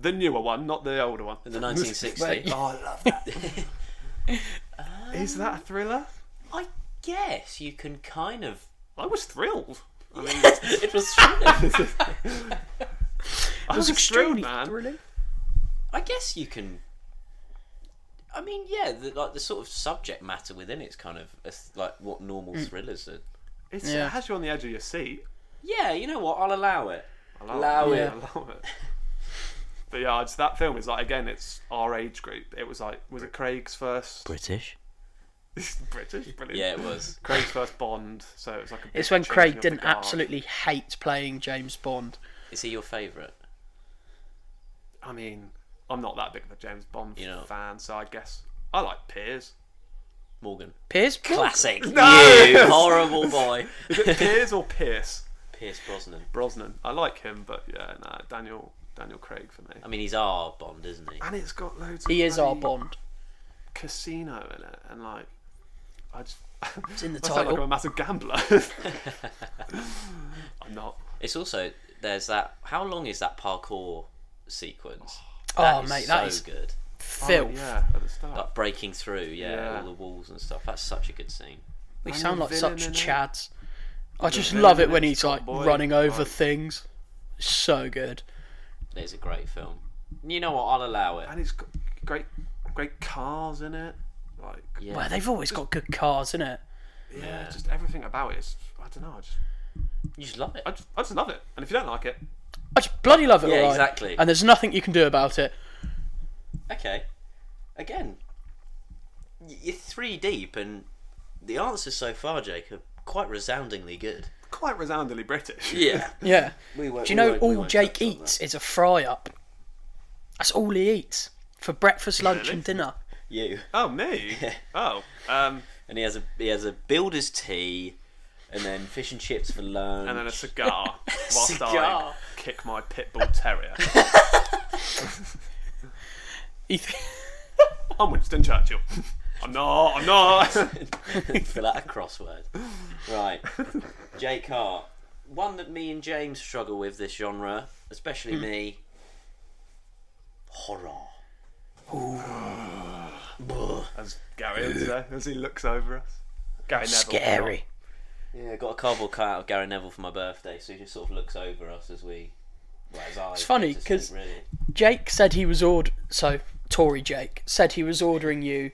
Speaker 3: the newer one, not the older one.
Speaker 1: In the 1960s.
Speaker 3: Oh, I love that. Is that a thriller?
Speaker 1: I guess you can kind of.
Speaker 3: I was thrilled. I mean,
Speaker 1: It was. thriller.
Speaker 3: I was,
Speaker 2: extremely
Speaker 3: thrilled, man.
Speaker 2: thrilling.
Speaker 1: I guess you can. I mean, yeah, the, like the sort of subject matter within it's kind of a th- like what normal
Speaker 2: Mm.
Speaker 1: thrillers are.
Speaker 3: It's,
Speaker 2: Yeah.
Speaker 3: It has you on the edge of your seat.
Speaker 1: Yeah, you know what? I'll allow it.
Speaker 3: I love
Speaker 1: Allow
Speaker 3: it.
Speaker 1: it.
Speaker 3: I love it. But yeah, it's, that film is like again, it's our age group. It was like, was it Craig's first
Speaker 4: British.
Speaker 3: British? Brilliant.
Speaker 1: Yeah, it was.
Speaker 3: Craig's first Bond, so it was like a. big
Speaker 2: It's when
Speaker 3: changing
Speaker 2: Craig
Speaker 3: of
Speaker 2: didn't
Speaker 3: the guard.
Speaker 2: absolutely hate playing James Bond.
Speaker 1: Is he your favourite?
Speaker 3: I mean, I'm not that big of a James Bond
Speaker 1: You know.
Speaker 3: fan, so I guess I like Piers.
Speaker 1: Morgan.
Speaker 2: Piers
Speaker 1: Classic. You
Speaker 3: No!
Speaker 1: horrible boy.
Speaker 3: Piers or Pierce
Speaker 1: Pierce Brosnan.
Speaker 3: Brosnan. I like him, but yeah, no, Daniel Daniel Craig for me.
Speaker 1: I mean, he's our Bond, isn't
Speaker 2: Ah.
Speaker 1: he?
Speaker 3: And it's got loads.
Speaker 2: He
Speaker 3: of
Speaker 2: is our
Speaker 3: bloody
Speaker 2: Bond.
Speaker 3: Casino in it, and like, I just.
Speaker 2: It's in the
Speaker 3: I sound like I'm a
Speaker 2: title.
Speaker 3: massive gambler. I'm not.
Speaker 1: It's also there's that. How long is that parkour sequence?
Speaker 2: Oh,
Speaker 1: That is
Speaker 2: mate, that
Speaker 1: so
Speaker 2: is
Speaker 1: good.
Speaker 2: filth.
Speaker 3: Oh, yeah, at the start.
Speaker 1: Like breaking through, yeah,
Speaker 3: Yeah.
Speaker 1: all the walls and stuff. That's such a good scene.
Speaker 2: We
Speaker 3: And
Speaker 2: sound
Speaker 3: the
Speaker 2: like
Speaker 3: villain
Speaker 2: such
Speaker 3: in it.
Speaker 2: chads. I just
Speaker 3: villain
Speaker 2: love
Speaker 3: in
Speaker 2: it when
Speaker 3: it's
Speaker 2: he's like
Speaker 3: Top Boy,
Speaker 2: running over
Speaker 3: like-
Speaker 2: things. So good.
Speaker 1: It's a great film. You know what? I'll allow it.
Speaker 3: and it's got great, great cars in it. Like, yeah,
Speaker 1: Yeah.
Speaker 2: Well, they've always got good cars, innit?
Speaker 1: Yeah.
Speaker 3: just everything about it. Is, I don't know. I just,
Speaker 1: you just love it.
Speaker 3: I just, I just love it. And if you don't like it,
Speaker 2: I just bloody love it.
Speaker 1: Yeah,
Speaker 2: alright.
Speaker 1: exactly.
Speaker 2: And there's nothing you can do about it.
Speaker 1: Okay. Again, y- you're three deep, and the answers so far, Jake, are quite resoundingly good.
Speaker 3: quite resoundingly British.
Speaker 1: Yeah.
Speaker 2: Yeah.
Speaker 1: we won't,
Speaker 2: Do you
Speaker 1: we
Speaker 2: know
Speaker 1: won't- we
Speaker 2: all
Speaker 1: won't
Speaker 2: Jake
Speaker 1: touch on
Speaker 2: eats
Speaker 1: that.
Speaker 2: is a fry up? That's all he eats for breakfast, lunch,
Speaker 3: Really?
Speaker 2: and dinner.
Speaker 1: You.
Speaker 3: Oh me. oh. Um.
Speaker 1: And he has a he has a builder's tea, and then fish and chips for lunch.
Speaker 3: And then a cigar. Whilst I
Speaker 1: Cigar.
Speaker 3: kick my pit bull terrier.
Speaker 2: He th-
Speaker 3: I'm Winston Churchill. I'm not. I'm not.
Speaker 1: fill out a crossword. Right. Jake Hart. One that me and James struggle with this genre, especially
Speaker 3: Hmm.
Speaker 1: me. Horror. Buh.
Speaker 3: As Gary would say, as he looks over us. Gary Neville.
Speaker 2: Scary.
Speaker 1: Yeah, I got a cardboard cutout of Gary Neville for my birthday, so he just sort of looks over us as we. Well, as I it's
Speaker 2: funny, 'cause-
Speaker 1: Really.
Speaker 2: Jake said he was ord so Tory Jake said he was ordering you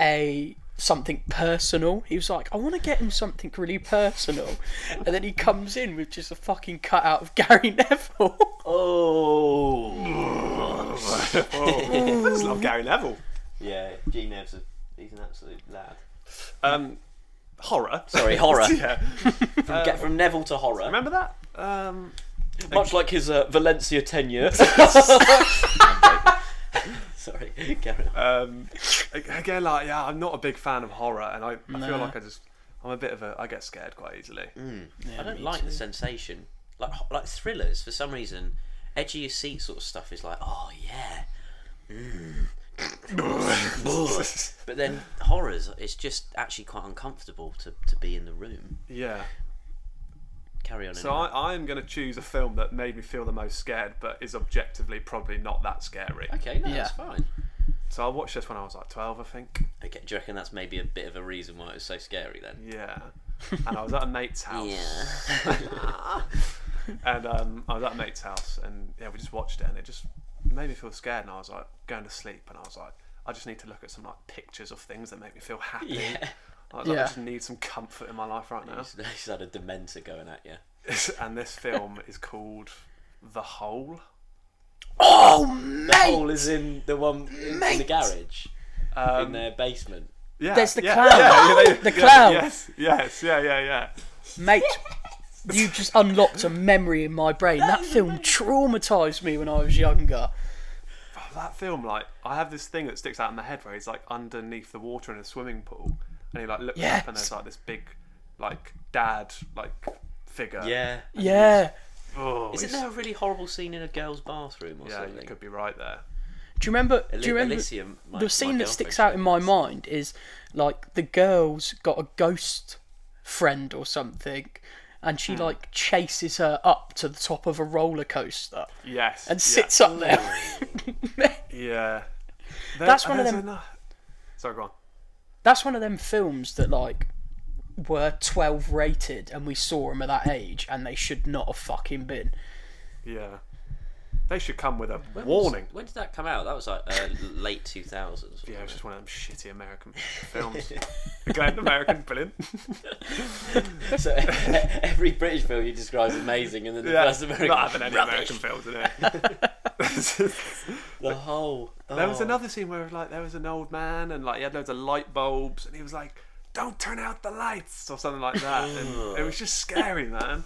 Speaker 2: a something personal. He was like, I want to get him something really personal, and then he comes in with just a fucking cutout of Gary Neville.
Speaker 1: Oh!
Speaker 3: Whoa. I just love Gary Neville.
Speaker 1: Yeah, G Nev's a. He's an absolute lad.
Speaker 3: Um, horror.
Speaker 1: Sorry, horror.
Speaker 3: yeah.
Speaker 1: Get from Neville to horror.
Speaker 3: Uh, Remember that? Um,
Speaker 1: Much like his uh, Valencia tenure. Sorry, carry on.
Speaker 3: um, a- again, like yeah, I'm not a big fan of horror, and I, I feel like I just I'm a bit of a I get scared quite easily.
Speaker 1: Mm. I don't like the sensation. Like ho- like thrillers, for some reason, edgy your seat sort of stuff is like, oh yeah. Mm. but then horrors, it's just actually quite uncomfortable to, to be in the room.
Speaker 3: Yeah.
Speaker 1: Carry on.
Speaker 3: So
Speaker 1: anyway.
Speaker 3: I, I'm going to choose a film that made me feel the most scared, but is objectively probably not that scary.
Speaker 1: okay, no,
Speaker 2: Yeah.
Speaker 1: that's fine.
Speaker 3: So I watched this when I was like 12, I think.
Speaker 1: Okay, do you reckon that's maybe a bit of a reason why it was so scary then? Oh.
Speaker 3: Yeah. And I was at a mate's house. and um, I was at a mate's house, and yeah, we just watched it, and it just made me feel scared. And I was like going to sleep, and I was like, I just need to look at some like pictures of things that make me feel happy.
Speaker 1: Yeah.
Speaker 3: I, was like,
Speaker 2: Yeah.
Speaker 3: I just need some comfort in my life right now.
Speaker 1: He's, he's had a dementor going at you.
Speaker 3: and this film is called The Hole.
Speaker 2: Oh mate,
Speaker 1: The hole is in the one in, in the
Speaker 2: Mate.
Speaker 1: garage,
Speaker 3: Um,
Speaker 1: in their basement.
Speaker 3: yeah,
Speaker 2: There's the
Speaker 3: yeah,
Speaker 2: clown.
Speaker 3: yeah, yeah,
Speaker 2: The
Speaker 3: yeah,
Speaker 2: clown.
Speaker 3: Yes, yes, yeah, yeah, yeah.
Speaker 2: mate. You just unlocked a memory in my brain. That film traumatized me when I was younger.
Speaker 3: Oh, That film, like, I have this thing that sticks out in my head where he's like underneath the water in a swimming pool, and he like looks up and
Speaker 2: Yes.
Speaker 3: there's like this big, like dad, like figure.
Speaker 1: Yeah.
Speaker 2: Yeah.
Speaker 3: Oh,
Speaker 1: Isn't
Speaker 3: he's-
Speaker 1: there a really horrible scene in a girl's bathroom or
Speaker 3: Yeah,
Speaker 1: something?
Speaker 3: you could be right there.
Speaker 2: Do you remember?
Speaker 1: Ely-
Speaker 2: do you remember
Speaker 1: Elysium, my- my
Speaker 2: the scene that sticks out
Speaker 1: girlfriend.
Speaker 2: in my mind is like the girl's got a ghost friend or something, and she
Speaker 1: Hmm.
Speaker 2: like chases her up to the top of a roller coaster
Speaker 3: Yes.
Speaker 2: and
Speaker 3: yeah.
Speaker 2: sits up there.
Speaker 3: Yeah. There-
Speaker 2: That's one of
Speaker 3: there's
Speaker 2: them-
Speaker 3: ano- Sorry, go on.
Speaker 2: That's one of them films that like were 12 rated and we saw them at that age and they should not have fucking been
Speaker 3: Yeah. They should come with a warning.
Speaker 1: When did that come out? That was like uh, late 2000s.
Speaker 3: Yeah, it was just one of them shitty American films. Again, American, brilliant.
Speaker 1: so every British film you describe is amazing, and then the
Speaker 3: Yeah,
Speaker 1: first American
Speaker 3: not having any
Speaker 1: rubbish.
Speaker 3: American films in it.
Speaker 1: The Oh. whole.
Speaker 3: There was another scene where like there was an old man and like he had loads of light bulbs and he was like, "Don't turn out the lights" or something like that. and it was just scary, man.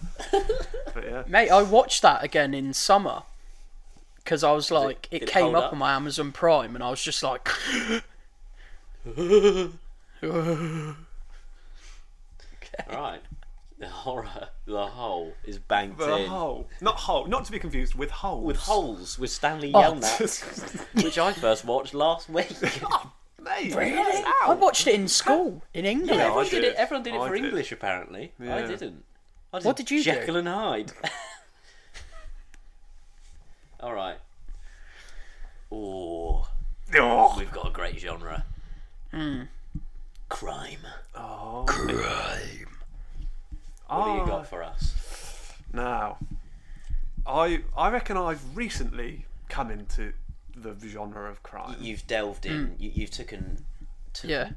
Speaker 3: But yeah,
Speaker 2: mate i watched that again in summer because i was like it,
Speaker 1: did it
Speaker 2: came
Speaker 1: hold
Speaker 2: up,
Speaker 1: up?
Speaker 2: on my amazon prime and i was just like
Speaker 1: Right. The horror. The hole is banked
Speaker 3: but
Speaker 1: in.
Speaker 3: hole, not hole, not to be confused with holes.
Speaker 1: With holes with Stanley
Speaker 2: Oh.
Speaker 1: Yelnats, which I first watched last week.
Speaker 3: mate. Ah.
Speaker 2: Really? I watched it in school in England.
Speaker 3: Yeah, I
Speaker 1: everyone,
Speaker 3: did
Speaker 1: did
Speaker 3: it.
Speaker 1: it, everyone did it
Speaker 3: I
Speaker 1: for
Speaker 3: did.
Speaker 1: English, apparently. I
Speaker 3: Yeah.
Speaker 1: didn't. I
Speaker 2: What did you do?
Speaker 1: Jekyll and Hyde. All right. Oh,
Speaker 3: Oh,
Speaker 1: we've got a great genre.
Speaker 3: Hmm.
Speaker 1: Crime.
Speaker 3: Ah.
Speaker 1: What do you got for us?
Speaker 3: now I I reckon I've recently come into the genre of crime.
Speaker 1: You've delved in.
Speaker 3: Hmm.
Speaker 1: You, you've taken. took-
Speaker 2: Yeah.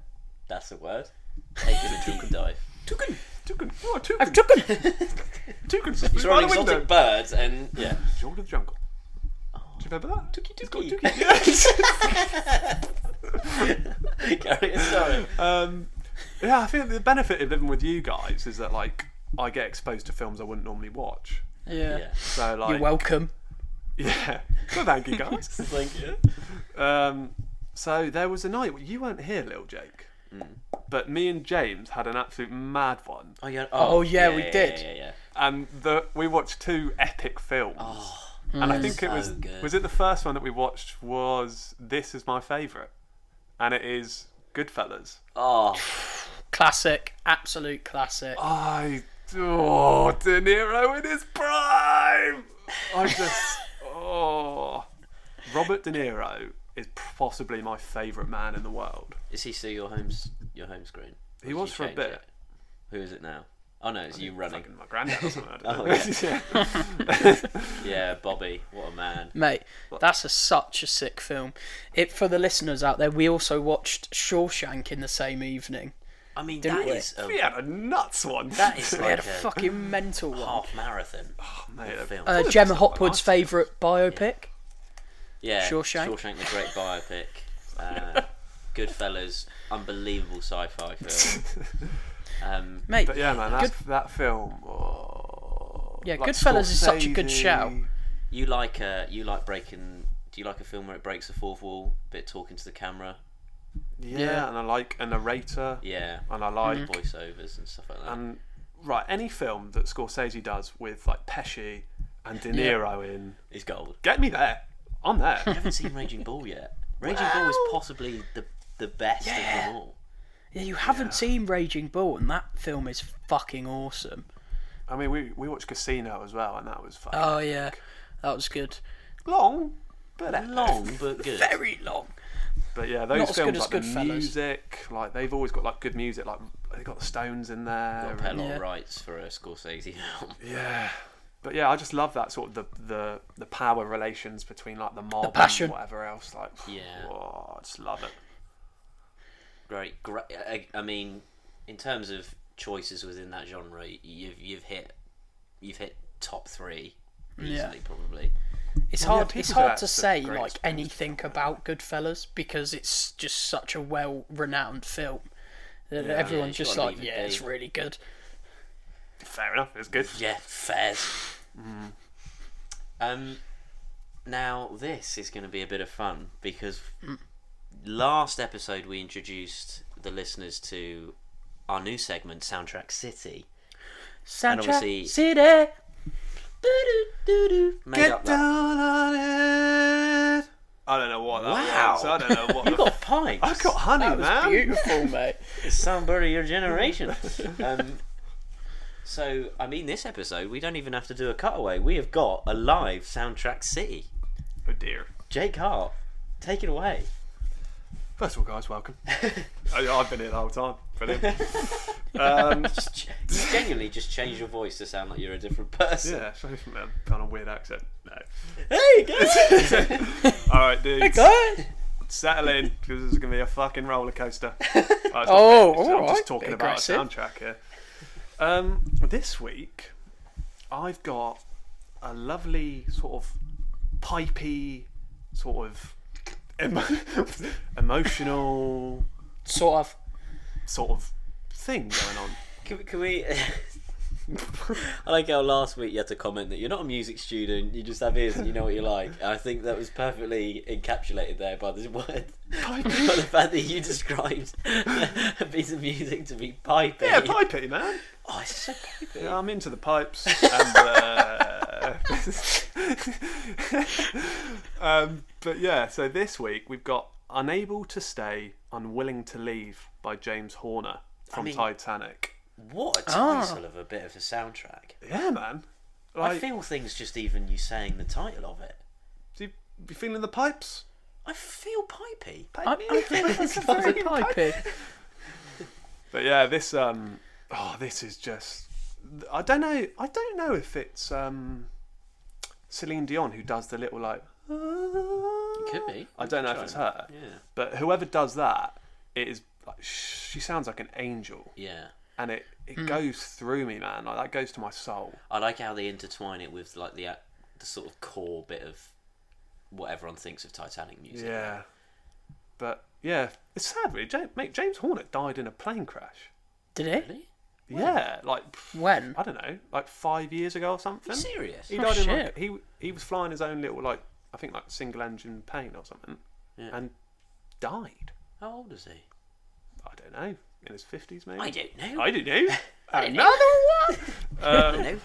Speaker 1: That's a word. Taken a deep dive.
Speaker 2: Tugan.
Speaker 3: Toucan. Oh, toucan.
Speaker 2: I've Tugan.
Speaker 3: toucan.
Speaker 1: It's
Speaker 3: By
Speaker 1: an
Speaker 3: the window.
Speaker 1: exotic birds, and yeah.
Speaker 3: George of the Jungle. Do you remember that? Tookie,
Speaker 1: tookie.
Speaker 3: Yeah.
Speaker 1: Carry on, sorry.
Speaker 3: um, yeah, I think the benefit of living with you guys is that like I get exposed to films I wouldn't normally watch.
Speaker 2: Yeah.
Speaker 1: Yeah.
Speaker 3: So like,
Speaker 2: You're welcome.
Speaker 3: yeah. So thank you guys.
Speaker 1: Thank you.
Speaker 3: Um, so there was a night you weren't here, little Jake, but me and James had an absolute mad one,
Speaker 1: Oh yeah.
Speaker 2: Oh, yeah, we did.
Speaker 1: Yeah, yeah.
Speaker 3: and the, we watched two epic films. and I think it
Speaker 1: Oh, so
Speaker 3: was
Speaker 1: good.
Speaker 3: was it the first one that we watched was This Is My Favorite, and it is Goodfellas.
Speaker 1: Oh,
Speaker 2: Classic. Absolute classic.
Speaker 3: I oh De Niro in his prime. I just oh Robert De Niro is possibly my favourite man in the world.
Speaker 1: is he still your home s- your home screen? Or
Speaker 3: He
Speaker 1: did
Speaker 3: was
Speaker 1: you
Speaker 3: for a
Speaker 1: change
Speaker 3: bit.
Speaker 1: it? Who is it now? Oh no, it's you running.
Speaker 3: Fucking my granddad or something. I
Speaker 1: Oh,
Speaker 3: don't know. Yeah.
Speaker 1: Yeah, Bobby. What a man.
Speaker 2: Mate, that's a, such a sick film. It for the listeners out there. We also watched Shawshank in the same evening.
Speaker 1: I mean,
Speaker 2: Didn't
Speaker 1: that
Speaker 2: we?
Speaker 1: is
Speaker 3: We
Speaker 1: a
Speaker 3: had a nuts one.
Speaker 1: that is
Speaker 2: We had a
Speaker 1: like a
Speaker 2: fucking mental one.
Speaker 1: half marathon
Speaker 3: Oh, Mate, that-
Speaker 1: film.
Speaker 2: Uh,
Speaker 3: Probably
Speaker 2: Gemma
Speaker 3: best of my
Speaker 2: Hopwood's
Speaker 3: life.
Speaker 2: favourite biopic.
Speaker 1: Yeah,
Speaker 2: Shawshank.
Speaker 1: Shawshank, the great biopic. Uh, Goodfellas, unbelievable sci-fi film. Um,
Speaker 2: Mate,
Speaker 3: But yeah, man, that's, that film. Oh,
Speaker 2: Yeah, Goodfellas is such a good shout.
Speaker 3: Scorsese.
Speaker 1: you like uh, you like breaking? Do you like a film where it breaks the fourth wall? bit talking to the camera.
Speaker 3: Yeah,
Speaker 2: Yeah.
Speaker 3: and I like a narrator,
Speaker 1: Yeah,
Speaker 3: and I like
Speaker 1: Mm-hmm. voiceovers and stuff like that.
Speaker 3: and
Speaker 2: Mm-hmm.
Speaker 3: right any film that Scorsese does with like Pesci and De Niro in,
Speaker 1: He's gold.
Speaker 3: get me there. I'm there.
Speaker 1: haven't seen Raging Bull yet. Raging Bull is possibly the the best of them all.
Speaker 2: Yeah, you haven't seen Raging Bull, and that film is fucking awesome.
Speaker 3: I mean, we we watched Casino as well, and that was fucking
Speaker 2: Oh yeah, that was good.
Speaker 3: long, but epic.
Speaker 1: Long but good.
Speaker 2: Very long.
Speaker 3: But yeah, those
Speaker 2: Not as good
Speaker 3: films
Speaker 2: as
Speaker 3: like the
Speaker 2: Goodfellas.
Speaker 3: music, like they've always got like good music. Like they got the Stones in there.
Speaker 1: Got a lot
Speaker 2: Yeah.
Speaker 1: of rights for a Scorsese film.
Speaker 3: yeah. But yeah, I just love that sort of the, the, the power relations between like the mob
Speaker 2: passion.
Speaker 3: and whatever else. Like,
Speaker 1: Yeah.
Speaker 3: whoa, I just love it.
Speaker 1: Great, great. I, I mean, in terms of choices within that genre, you've you've hit you've hit top three easily,
Speaker 2: Yeah.
Speaker 1: probably.
Speaker 2: It's
Speaker 3: Well, yeah,
Speaker 2: hard.
Speaker 3: people
Speaker 2: it's
Speaker 3: say
Speaker 2: hard
Speaker 3: that's
Speaker 2: to
Speaker 3: the
Speaker 2: say
Speaker 3: greatest
Speaker 2: like anything about Goodfellas because it's just such a well-renowned film that everyone's
Speaker 1: Yeah, you
Speaker 2: just
Speaker 1: gotta
Speaker 2: like,
Speaker 1: leave it
Speaker 2: yeah,
Speaker 1: be.
Speaker 2: it's really good.
Speaker 3: Fair enough. It's good.
Speaker 1: Yeah, fair. Um, now this is going to be a bit of fun because
Speaker 3: Mm.
Speaker 1: last episode we introduced the listeners to our new segment, Soundtrack City. obviously-
Speaker 2: Soundtrack City.
Speaker 1: Made
Speaker 3: Get
Speaker 1: up that-
Speaker 3: down on it. I don't know what that
Speaker 1: Wow.
Speaker 3: was. I don't know what.
Speaker 1: You got pipes.
Speaker 3: I got honey,
Speaker 2: That was
Speaker 3: man.
Speaker 2: beautiful, mate.
Speaker 1: Somebody of your generation. um, so, I mean, this episode, we don't even have to do a cutaway. We have got a live soundtrack city.
Speaker 3: Oh dear.
Speaker 1: Jake Hart, take it away.
Speaker 3: First of all, guys, welcome. I, I've been here the whole time. Brilliant. um,
Speaker 1: Just ch- you genuinely just change your voice to sound like you're a different person.
Speaker 3: yeah, sorry for that kind of weird accent. No.
Speaker 1: Hey, guys!
Speaker 3: All right, dudes,
Speaker 2: Good.
Speaker 3: settle in because this is gonna be a fucking roller coaster. I was-
Speaker 2: Oh,
Speaker 3: I'm
Speaker 2: all right.
Speaker 3: just talking
Speaker 2: Bit
Speaker 3: about
Speaker 2: aggressive.
Speaker 3: a soundtrack here. Um, this week, I've got a lovely sort of pipey, sort of emo- emotional
Speaker 2: Sort of.
Speaker 3: sort of thing going on.
Speaker 1: can, we- can we. I like how last week you had to comment that you're not a music student, you just have ears and you know what you like. And I think that was perfectly encapsulated there by this word. by the fact that you described a piece of music to be piping.
Speaker 3: Yeah, pipey, man.
Speaker 1: Oh, it's so creepy.
Speaker 3: Yeah, I'm into the pipes. and, uh, um, but yeah, so this week we've got Unable to Stay, Unwilling to Leave by James Horner from
Speaker 1: mean-
Speaker 3: Titanic.
Speaker 1: What a title of a bit of a soundtrack.
Speaker 3: Yeah, man.
Speaker 1: Ah. I
Speaker 3: Like,
Speaker 1: feel things just even you saying the title of it.
Speaker 3: do you, you feeling the pipes?
Speaker 1: I feel pipey.
Speaker 2: I'm, I'm feeling it's very pipey.
Speaker 3: But yeah, this um, oh, this is just. I don't know. I don't know if it's um, Celine Dion who does the little like. It
Speaker 1: Could be.
Speaker 3: I don't know if it's her,
Speaker 1: Yeah.
Speaker 3: but whoever does that, it is. Like, she sounds like an angel,
Speaker 1: Yeah.
Speaker 3: and it it
Speaker 1: Hmm.
Speaker 3: goes through me, man. Like that goes to my soul.
Speaker 1: I like how they intertwine it with like the ac- the sort of core bit of what everyone thinks of Titanic music.
Speaker 3: Yeah. But yeah, it's sad really. James, mate, James Hornet died in a plane crash.
Speaker 2: Did it?
Speaker 1: Really?
Speaker 3: Yeah, like pff,
Speaker 2: When?
Speaker 3: I don't know, like five years ago or something.
Speaker 1: Are you serious?
Speaker 3: He
Speaker 2: Oh,
Speaker 3: died in like,
Speaker 2: shit.
Speaker 3: he he was flying his own little like I think like single engine plane or something,
Speaker 1: Yeah.
Speaker 3: and died.
Speaker 1: How old is he?
Speaker 3: I don't know, in his fifties maybe.
Speaker 1: I don't know.
Speaker 3: I don't know.
Speaker 2: know.
Speaker 3: Another one. Um,
Speaker 1: I don't know.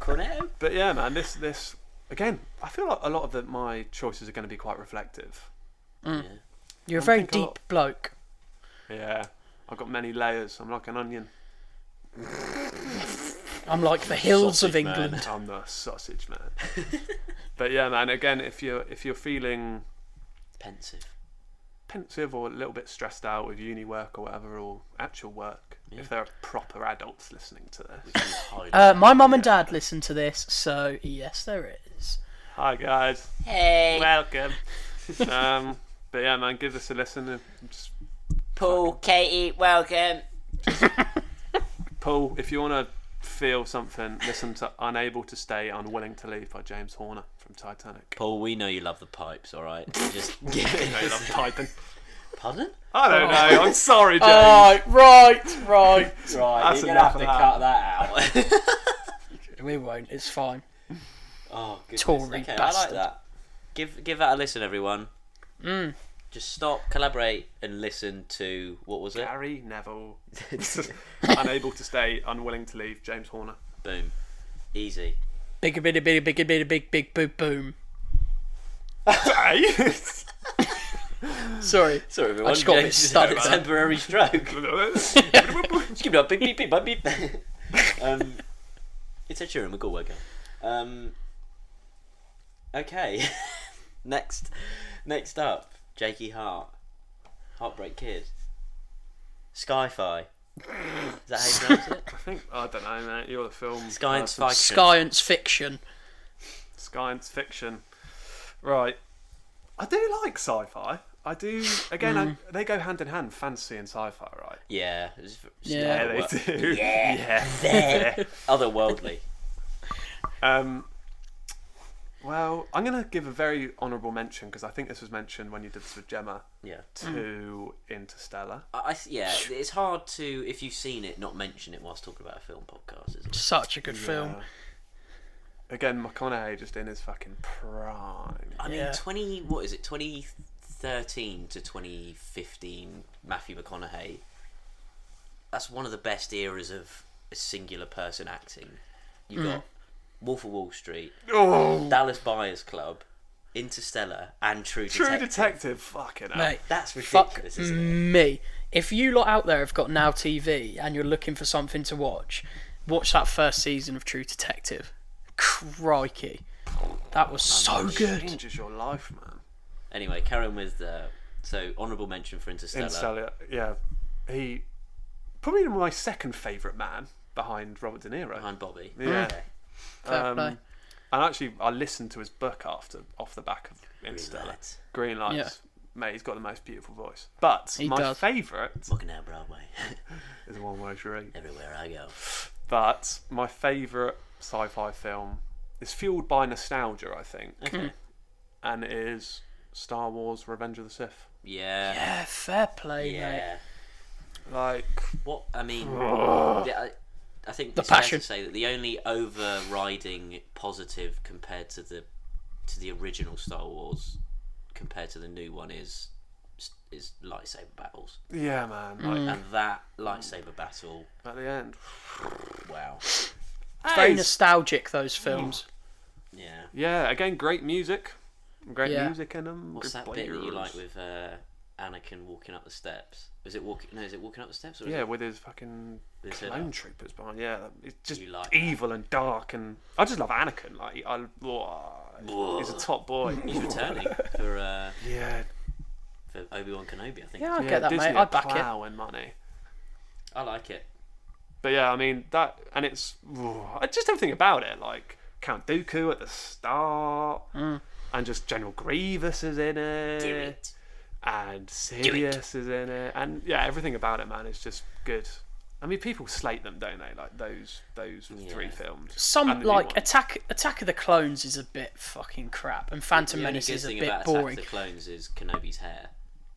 Speaker 1: Cornetto?
Speaker 3: But yeah, man, this this again. I feel like a lot of the, my choices are going to be quite reflective.
Speaker 1: Mm.
Speaker 2: You're a very
Speaker 3: think a
Speaker 2: deep
Speaker 3: lot.
Speaker 2: bloke.
Speaker 3: Yeah, I've got many layers. I'm like an onion.
Speaker 2: I'm like the hills
Speaker 1: Sausage
Speaker 2: of
Speaker 1: man.
Speaker 2: England.
Speaker 3: I'm the sausage man. but yeah, man. Again, if you're if you're feeling
Speaker 1: Pensive.
Speaker 3: pensive or a little bit stressed out with uni work or whatever, or actual work, if there are proper adults listening to this,
Speaker 1: He's hiding.
Speaker 2: Uh, my mum and dad listen to this, so yes, there is.
Speaker 3: hi guys,
Speaker 1: hey,
Speaker 3: welcome. um, but yeah, man, give us a listen. And just,
Speaker 1: Paul, Katie, welcome.
Speaker 3: Paul, if you want to feel something, listen to "Unable to Stay, Unwilling to Leave" by James Horner from Titanic.
Speaker 1: Paul, we know you love the pipes, all right? Just give
Speaker 3: I love
Speaker 1: it.
Speaker 3: piping.
Speaker 1: Pardon?
Speaker 3: I
Speaker 1: Oh.
Speaker 3: don't know. I'm sorry, James.
Speaker 2: right, right.
Speaker 1: Right,
Speaker 3: That's
Speaker 1: you're gonna have to
Speaker 3: enough
Speaker 1: cut that out.
Speaker 2: we won't. It's fine.
Speaker 1: oh, goodness.
Speaker 2: Tory
Speaker 1: okay, I like
Speaker 2: bastard.
Speaker 1: that. Give give that a listen, everyone. Mm. Just stop, collaborate, and listen to what was it?
Speaker 3: Harry Neville. Unable to stay, unwilling to leave. James Horner.
Speaker 1: Boom, easy.
Speaker 2: Big a bit a bit a big a bit a big big boom boom. Sorry.
Speaker 1: Sorry, everyone.
Speaker 2: just got a bit
Speaker 1: James
Speaker 2: stuck.
Speaker 1: had a temporary stroke. Just give me a beep beep beep beep beep. um, it's a Sheeran. We're good working. Um, okay. next, next up, Jakey Hart, Heartbreak Kid, Skyfi. Is that how you pronounce it?
Speaker 3: I think I don't know, mate. You're the film.
Speaker 1: Science
Speaker 3: person.
Speaker 1: fiction.
Speaker 2: Science fiction.
Speaker 3: Science fiction. Right. I do like sci-fi. I do. Again,
Speaker 1: Mm.
Speaker 3: I, they go hand in hand, fantasy and sci-fi, right?
Speaker 1: Yeah. It's, it's
Speaker 2: Yeah,
Speaker 3: Yeah,
Speaker 1: otherwor-
Speaker 3: they do.
Speaker 1: Yeah.
Speaker 3: Yeah.
Speaker 1: Otherworldly.
Speaker 3: Um. Well, I'm gonna give a very honourable mention because I think this was mentioned when you did this with Gemma
Speaker 1: Yeah.
Speaker 2: Mm.
Speaker 3: to Interstellar.
Speaker 1: I, I- yeah. It's hard to if you've seen it not mention it whilst talking about a film podcast. Isn't it?
Speaker 2: Such a good film.
Speaker 3: Again, McConaughey just in his fucking prime.
Speaker 1: I mean,
Speaker 2: Yeah.
Speaker 1: twenty. What is it? Twenty thirteen to twenty fifteen. Matthew McConaughey. That's one of the best eras of a singular person acting. You have got Wolf of Wall Street,
Speaker 3: Oh,
Speaker 1: Dallas Buyers Club, Interstellar, and True,
Speaker 3: True
Speaker 1: Detective.
Speaker 3: Detective. Fucking hell.
Speaker 2: Mate,
Speaker 1: That's
Speaker 2: fuck
Speaker 1: ridiculous, isn't it?
Speaker 2: me. If you lot out there have got Now TV and you're looking for something to watch, watch that first season of True Detective. Crikey. That was so good.
Speaker 3: changes your life, man.
Speaker 1: Anyway, carrying with. Uh, so honourable mention for Interstellar.
Speaker 3: Interstellar, yeah. He probably my second favourite man behind Robert De Niro.
Speaker 1: Behind Bobby.
Speaker 3: Yeah.
Speaker 1: Okay.
Speaker 2: Fair
Speaker 3: Um,
Speaker 2: play.
Speaker 3: And actually, I listened to his book after off the back of
Speaker 1: Interstellar.
Speaker 3: Interstellar.
Speaker 1: Lights.
Speaker 3: Green Lights.
Speaker 2: Yeah.
Speaker 3: Mate, he's got the most beautiful voice. But
Speaker 2: He
Speaker 3: my
Speaker 2: does.
Speaker 3: favourite
Speaker 1: Walking down Broadway.
Speaker 3: is one word jury.
Speaker 1: Everywhere I go.
Speaker 3: But my favourite sci-fi film is fueled by nostalgia, I think,
Speaker 1: Okay.
Speaker 3: and it is Star Wars: Revenge of the Sith.
Speaker 1: Yeah.
Speaker 2: Yeah, fair play, mate.
Speaker 1: yeah.
Speaker 3: Like,
Speaker 1: What I mean, the- I, I think the it's fair
Speaker 2: passion.
Speaker 1: to say that the only overriding positive compared to the to the original Star Wars compared to the new one is is lightsaber battles,
Speaker 3: yeah, man. Like
Speaker 1: and that lightsaber battle,
Speaker 2: Hmm.
Speaker 3: at the end,
Speaker 1: wow,
Speaker 2: Very
Speaker 3: Hey,
Speaker 2: nostalgic, those films.
Speaker 1: yeah.
Speaker 3: Yeah, again, great music. Great
Speaker 2: Yeah.
Speaker 3: music in them.
Speaker 1: What's that bit that you like with uh, Anakin walking up the steps? Is it walking? No, is it walking up the steps? Or is
Speaker 3: Yeah,
Speaker 1: it
Speaker 3: with his fucking
Speaker 1: His head
Speaker 3: clone
Speaker 1: up.
Speaker 3: troopers behind. Yeah, it's just
Speaker 1: You like that.
Speaker 3: evil and dark, and I just love Anakin. Like, I, oh, he's a top boy.
Speaker 1: he's returning for uh,
Speaker 3: yeah,
Speaker 1: for Obi Wan Kenobi. I think
Speaker 2: Yeah, I
Speaker 3: yeah,
Speaker 2: get that,
Speaker 3: Disney
Speaker 2: mate. I back it.
Speaker 3: plowing money.
Speaker 1: I like it.
Speaker 3: But yeah, I mean that, and it's ooh, I just everything about it. Like Count Dooku at the start,
Speaker 2: Mm.
Speaker 3: and just General Grievous is in it, and Sidious is in it, and yeah, everything about it, man, is just good. I mean, people slate them, don't they? Like those those three films.
Speaker 2: Some
Speaker 3: And the new
Speaker 2: like
Speaker 3: one.
Speaker 2: Attack Attack of the Clones is a bit fucking crap, and Phantom
Speaker 1: The only
Speaker 2: Menace
Speaker 1: good
Speaker 2: is a
Speaker 1: thing
Speaker 2: bit
Speaker 1: about
Speaker 2: boring.
Speaker 1: Attack of the Clones is Kenobi's hair.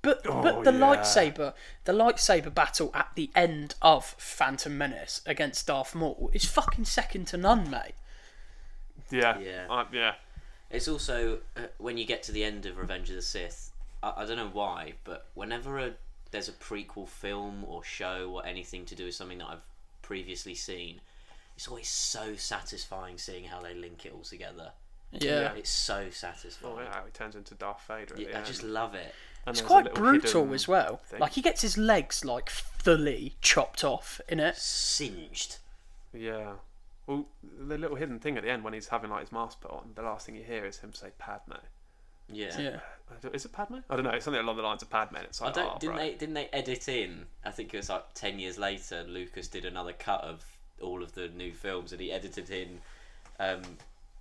Speaker 2: But
Speaker 3: Oh,
Speaker 2: but the
Speaker 3: yeah.
Speaker 2: lightsaber the lightsaber battle at the end of Phantom Menace against Darth Maul is fucking second to none, mate.
Speaker 3: yeah,
Speaker 1: Yeah.
Speaker 3: Uh, yeah.
Speaker 1: It's also uh, when you get to the end of Revenge of the Sith. I, I don't know why, but whenever a, there's a prequel film or show or anything to do with something that I've previously seen, it's always so satisfying seeing how they link it all together.
Speaker 2: Yeah.
Speaker 1: It's so satisfying.
Speaker 3: Oh, yeah, how he turns into Darth Vader. At the
Speaker 1: I
Speaker 3: end.
Speaker 1: just love it.
Speaker 3: And
Speaker 2: It's
Speaker 3: there's a
Speaker 2: quite
Speaker 3: little
Speaker 2: brutal
Speaker 3: hidden
Speaker 2: as well.
Speaker 3: thing.
Speaker 2: Like he gets his legs like fully chopped off in it.
Speaker 1: Singed.
Speaker 3: Yeah. Well, the little hidden thing at the end when he's having like his mask put on, the last thing you hear is him say Padme.
Speaker 1: Yeah.
Speaker 2: Yeah.
Speaker 3: I don't- Is it Padme? I don't know. It's something along the lines of Padme. and It's
Speaker 1: I
Speaker 3: like,
Speaker 1: don't.
Speaker 3: oh,
Speaker 1: didn't
Speaker 3: right.
Speaker 1: they? Didn't they edit in? I think it was like ten years later. Lucas did another cut of all of the new films, and he edited in um,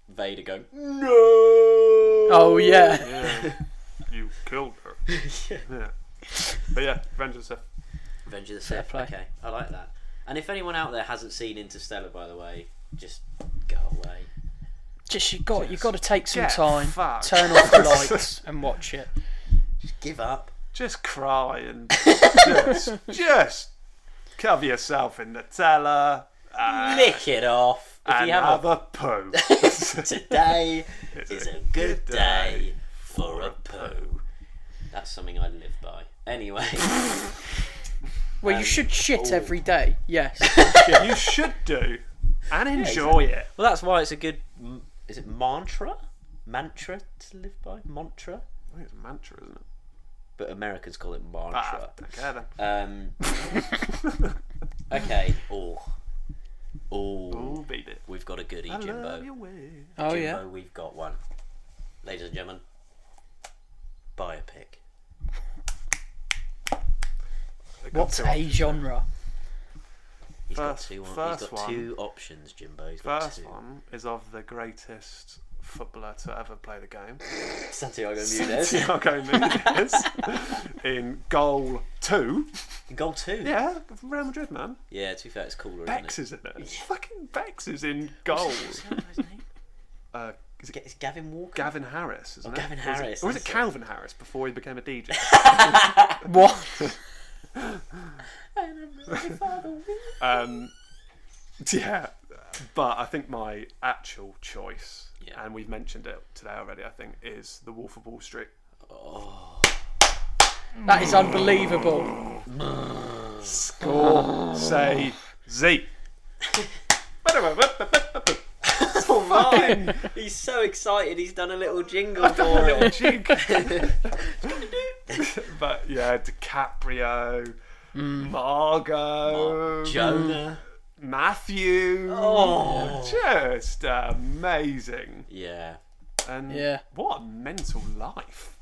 Speaker 1: Vader going "Mm, no.
Speaker 2: Oh yeah.
Speaker 3: You killed her. yeah. But yeah, Revenge of the Sith.
Speaker 1: Revenge of the Sith.
Speaker 2: play.
Speaker 1: Okay, I like that. And if anyone out there hasn't seen Interstellar, by the way, just go away.
Speaker 2: Just you got you got to take some
Speaker 3: Get
Speaker 2: time,
Speaker 3: fucked.
Speaker 2: turn off the lights, and watch it.
Speaker 1: Give up.
Speaker 3: Just cry and just, just cover yourself in Nutella
Speaker 1: Lick it off. If
Speaker 3: and
Speaker 1: you
Speaker 3: have
Speaker 1: have
Speaker 3: a poo.
Speaker 1: a today is a good day for a poo. That's something I live by. Anyway,
Speaker 2: Well, you should shit
Speaker 1: ooh.
Speaker 2: every day. Yes.
Speaker 3: you should do and enjoy it.
Speaker 1: well, that's why it's a good. m- Is it mantra? Mantra to live by? Mantra?
Speaker 3: I think it's a mantra, isn't it?
Speaker 1: But Americans call it
Speaker 3: Ah,
Speaker 1: mantra.
Speaker 3: don't care then.
Speaker 1: Um, okay. Oh. Oh.
Speaker 3: Ooh, beat it.
Speaker 1: We've got a goodie,
Speaker 3: I
Speaker 1: Jimbo.
Speaker 3: love you way.
Speaker 2: Oh
Speaker 1: Jimbo,
Speaker 2: yeah.
Speaker 1: we've got one. Ladies and gentlemen, biopic.
Speaker 3: I got
Speaker 2: What's
Speaker 3: two
Speaker 2: a genre?
Speaker 1: He's got
Speaker 3: First-
Speaker 1: two. On, he's
Speaker 3: first
Speaker 1: got
Speaker 3: one.
Speaker 1: two options, Jimbo. He's got
Speaker 3: First
Speaker 1: two.
Speaker 3: one is of the greatest footballer to ever play the game,
Speaker 1: Santiago Munez.
Speaker 3: Thiago Mendes, in goal two.
Speaker 1: Goal two.
Speaker 3: Yeah, Real Madrid man.
Speaker 1: Yeah, to be fair, it's cooler,
Speaker 3: Bex
Speaker 1: isn't
Speaker 3: is in it. Fucking Bex is in goal.
Speaker 1: it? What's his name?
Speaker 3: Uh, is it
Speaker 1: Ga- Is Gavin Walker?
Speaker 3: Gavin Harris? Isn't it?
Speaker 1: Gavin
Speaker 3: Or is it-
Speaker 1: Harris,
Speaker 3: Or is it
Speaker 1: that's it.
Speaker 3: Calvin Harris before he became a DJ?
Speaker 2: What?
Speaker 3: um, yeah, but I think my actual choice,
Speaker 1: Yeah.
Speaker 3: and we've mentioned it today already, I think, is The Wolf of Wall Street.
Speaker 2: That is unbelievable.
Speaker 3: Score, say, Z.
Speaker 1: Oh my! he's so excited. He's done a little jingle for
Speaker 3: little
Speaker 1: it.
Speaker 3: jig. but yeah, DiCaprio, Margot,
Speaker 1: Jonah.
Speaker 3: Matthew.
Speaker 1: Oh.
Speaker 3: Just amazing.
Speaker 1: Yeah.
Speaker 3: And
Speaker 2: Yeah.
Speaker 3: what a mental life.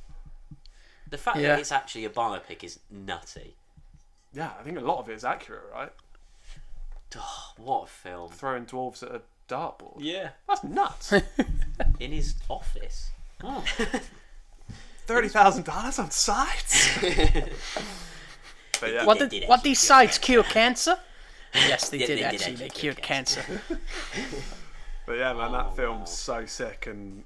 Speaker 1: The fact
Speaker 2: Yeah.
Speaker 1: that it's actually a biopic is nutty.
Speaker 3: Yeah, I think a lot of it is accurate, right?
Speaker 1: Oh, what a film.
Speaker 3: Throwing dwarves at a dartboard.
Speaker 1: Yeah.
Speaker 3: That's nuts.
Speaker 1: In his office.
Speaker 3: $30,000 on sites. but yeah,
Speaker 2: What
Speaker 1: They did
Speaker 2: did what
Speaker 1: actually
Speaker 2: these
Speaker 1: cure
Speaker 2: sides cure cancer? Yes, they
Speaker 1: Yeah,
Speaker 2: did
Speaker 1: they did
Speaker 2: actually. They
Speaker 1: actually cure
Speaker 2: cured cancer.
Speaker 3: but yeah, man,
Speaker 1: Oh,
Speaker 3: that film's
Speaker 1: wow.
Speaker 3: so sick and.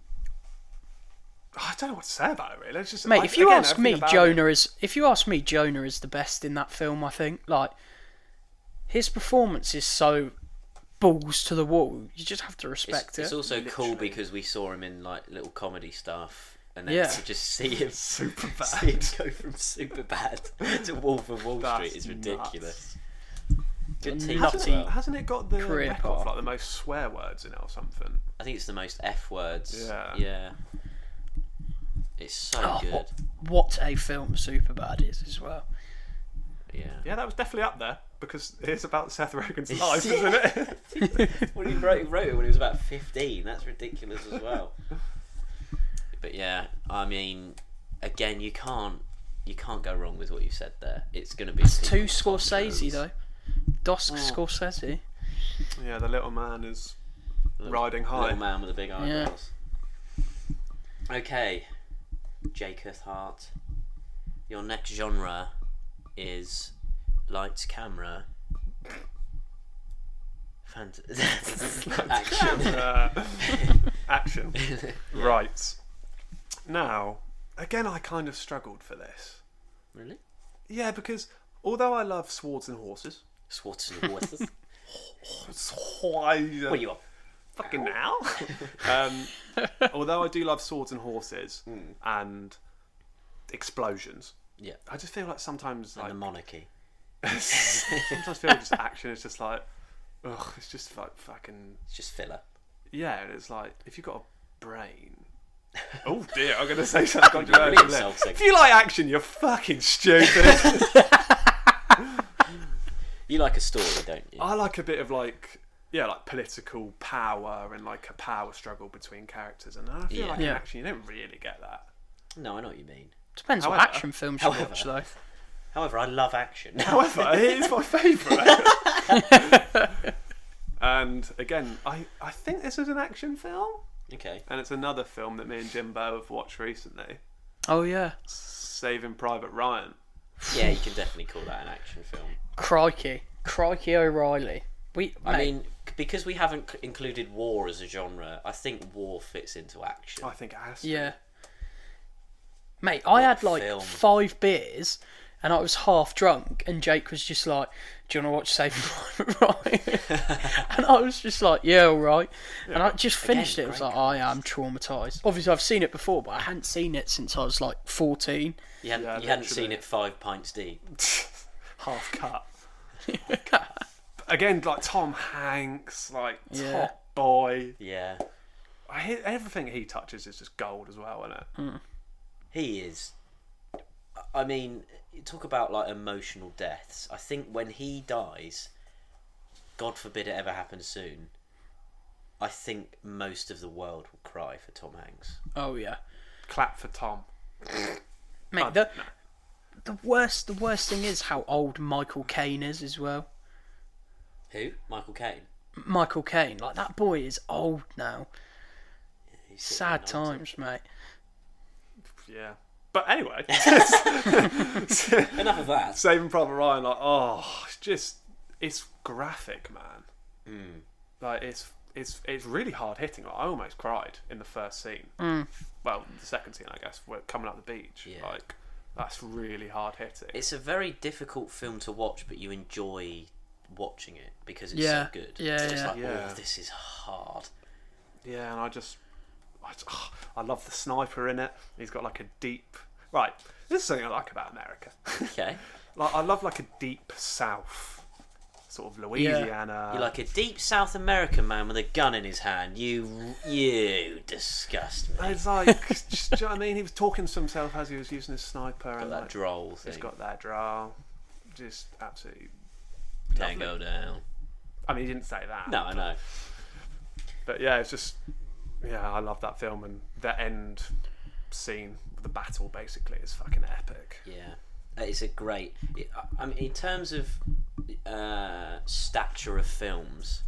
Speaker 3: I don't know what to say about it really. It's just,
Speaker 2: Mate,
Speaker 3: I-
Speaker 2: if you
Speaker 3: again,
Speaker 2: ask
Speaker 3: everything
Speaker 2: me,
Speaker 3: about it-
Speaker 2: Jonah is if you ask me, Jonah is the best in that film. I think like his performance is so balls to the wall. You just have to
Speaker 1: It's,
Speaker 2: respect
Speaker 1: it's
Speaker 2: it.
Speaker 1: also cool because we saw him in like little comedy stuff, and then
Speaker 2: Yeah.
Speaker 1: to just see him,
Speaker 3: super bad.
Speaker 1: see him go from super bad to Wolf of Wall
Speaker 3: That's
Speaker 1: Street is ridiculous.
Speaker 3: nuts.
Speaker 1: Good
Speaker 2: It's
Speaker 1: team
Speaker 2: nutty.
Speaker 1: as well.
Speaker 3: Hasn't it got the
Speaker 2: Career
Speaker 3: record for
Speaker 2: path.
Speaker 3: like the most swear words in it or something?
Speaker 1: I think it's the most F words.
Speaker 3: Yeah.
Speaker 1: It's so
Speaker 2: Oh,
Speaker 1: good.
Speaker 2: what, what a film Superbad is as well.
Speaker 1: Yeah.
Speaker 3: Yeah, that was definitely up there because it's about Seth Rogen's life, isn't it?
Speaker 1: Well, he wrote, he wrote it when he was about 15. That's ridiculous as well. but yeah, I mean, again, you can't you can't go wrong with what you said there. It's going to be
Speaker 2: Two
Speaker 1: sequel.
Speaker 2: Scorsese though. Dos Scorsese.
Speaker 3: yeah, the little man is
Speaker 1: The
Speaker 3: Riding high.
Speaker 1: Little man with the big eyebrows. Okay, Jacob Hart. Your next genre is lights, camera, fant- action.
Speaker 3: Uh, action. Right. Now, again, I kind of struggled for this.
Speaker 1: really?
Speaker 3: Yeah, because although I love swords and horses,
Speaker 1: Swords and horses.
Speaker 3: Why?
Speaker 1: what are you up?
Speaker 3: fucking now? um, although I do love swords and horses
Speaker 1: Hmm.
Speaker 3: and explosions,
Speaker 1: Yeah.
Speaker 3: I just feel like sometimes
Speaker 1: And
Speaker 3: like
Speaker 1: the monarchy.
Speaker 3: sometimes feel just action is just like, ugh, it's just like fucking
Speaker 1: It's just filler.
Speaker 3: yeah. And it's like if you've got a brain. oh dear, I'm gonna say something controversial.
Speaker 1: Really
Speaker 3: there.
Speaker 1: insulting.
Speaker 3: If you like action, you're fucking stupid.
Speaker 1: You like a story, don't you?
Speaker 3: I like a bit of like yeah, like political power and like a power struggle between characters, and I
Speaker 1: Yeah.
Speaker 3: feel like in
Speaker 2: Yeah.
Speaker 3: action you don't really get that.
Speaker 1: No, I know what you mean.
Speaker 2: Depends
Speaker 3: However-
Speaker 2: what action films you
Speaker 1: however-
Speaker 2: watch, though.
Speaker 1: However, I love action.
Speaker 3: However, it is my favourite. and again, I, I think this is an action film,
Speaker 1: okay.
Speaker 3: and it's another film that me and Jimbo have watched recently,
Speaker 2: Oh yeah,
Speaker 3: Saving Private Ryan.
Speaker 1: Yeah, you can definitely call that an action film.
Speaker 2: crikey, crikey O'Reilly. We,
Speaker 1: I mean, c- because we haven't c- included war as a genre, I think war fits into action.
Speaker 3: I think it has. to.
Speaker 2: yeah, mate. I had
Speaker 1: a
Speaker 2: like
Speaker 1: film.
Speaker 2: five beers, and I was half drunk, and Jake was just like, "Do you want to watch Saving Private Ryan?" and I was just like, "Yeah, all right." And I just finished
Speaker 1: Again,
Speaker 2: it. I was
Speaker 1: great
Speaker 2: like, "I am traumatized." Obviously, I've seen it before, but I hadn't seen it since I was like fourteen.
Speaker 1: You hadn't,
Speaker 3: Yeah,
Speaker 1: you hadn't
Speaker 3: literally.
Speaker 1: seen it five pints deep.
Speaker 3: Half cut. But again, like Tom Hanks, like
Speaker 2: Yeah.
Speaker 3: top boy.
Speaker 1: Yeah,
Speaker 3: I hear everything he touches is just gold as well, isn't it?
Speaker 2: Hmm.
Speaker 1: he is. I mean, you talk about like emotional deaths. I think when he dies, God forbid it ever happens soon. I think most of the world will cry for Tom Hanks.
Speaker 2: Oh yeah.
Speaker 3: Clap for Tom.
Speaker 1: Oh,
Speaker 2: Mate, the, the worst the worst thing is how old Michael Caine is as well.
Speaker 1: Who? Michael Caine.
Speaker 2: Michael Caine, like that boy is old now.
Speaker 1: He's sort of
Speaker 2: Sad
Speaker 1: 90.
Speaker 2: times, mate.
Speaker 3: Yeah. But anyway,
Speaker 1: Enough of that.
Speaker 3: Saving Private Ryan, like, oh, it's just, it's graphic, man.
Speaker 1: Mm.
Speaker 3: Like, it's it's it's really hard hitting. Like, I almost cried in the first scene. Well, the second scene, I guess, we're coming up the beach.
Speaker 1: Yeah.
Speaker 3: Like, that's really hard hitting.
Speaker 1: It's a very difficult film to watch, but you enjoy watching it because it's
Speaker 2: Yeah,
Speaker 1: so good.
Speaker 2: yeah,
Speaker 1: it's
Speaker 2: yeah.
Speaker 1: like,
Speaker 3: Yeah.
Speaker 1: oh, this is hard.
Speaker 3: yeah, and I just, I, just- oh, I love the sniper in it. He's got like a deep. Right, this is something I like about America.
Speaker 1: Okay.
Speaker 3: like, I love like a deep South, sort of Louisiana.
Speaker 1: You're like a deep South American man with a gun in his hand. You, you disgust me.
Speaker 3: And It's like, just, do you know what I mean? He was talking to himself as he was using his sniper, and
Speaker 1: That
Speaker 3: like,
Speaker 1: droll thing.
Speaker 3: he's got that draw. Just absolutely.
Speaker 1: Don't go down.
Speaker 3: I mean, he didn't say that.
Speaker 1: No, I know.
Speaker 3: But yeah, it's just, yeah, I love that film and the end scene, the battle basically is fucking epic.
Speaker 1: Yeah, it's a great. I- I mean, in terms of uh, stature of films,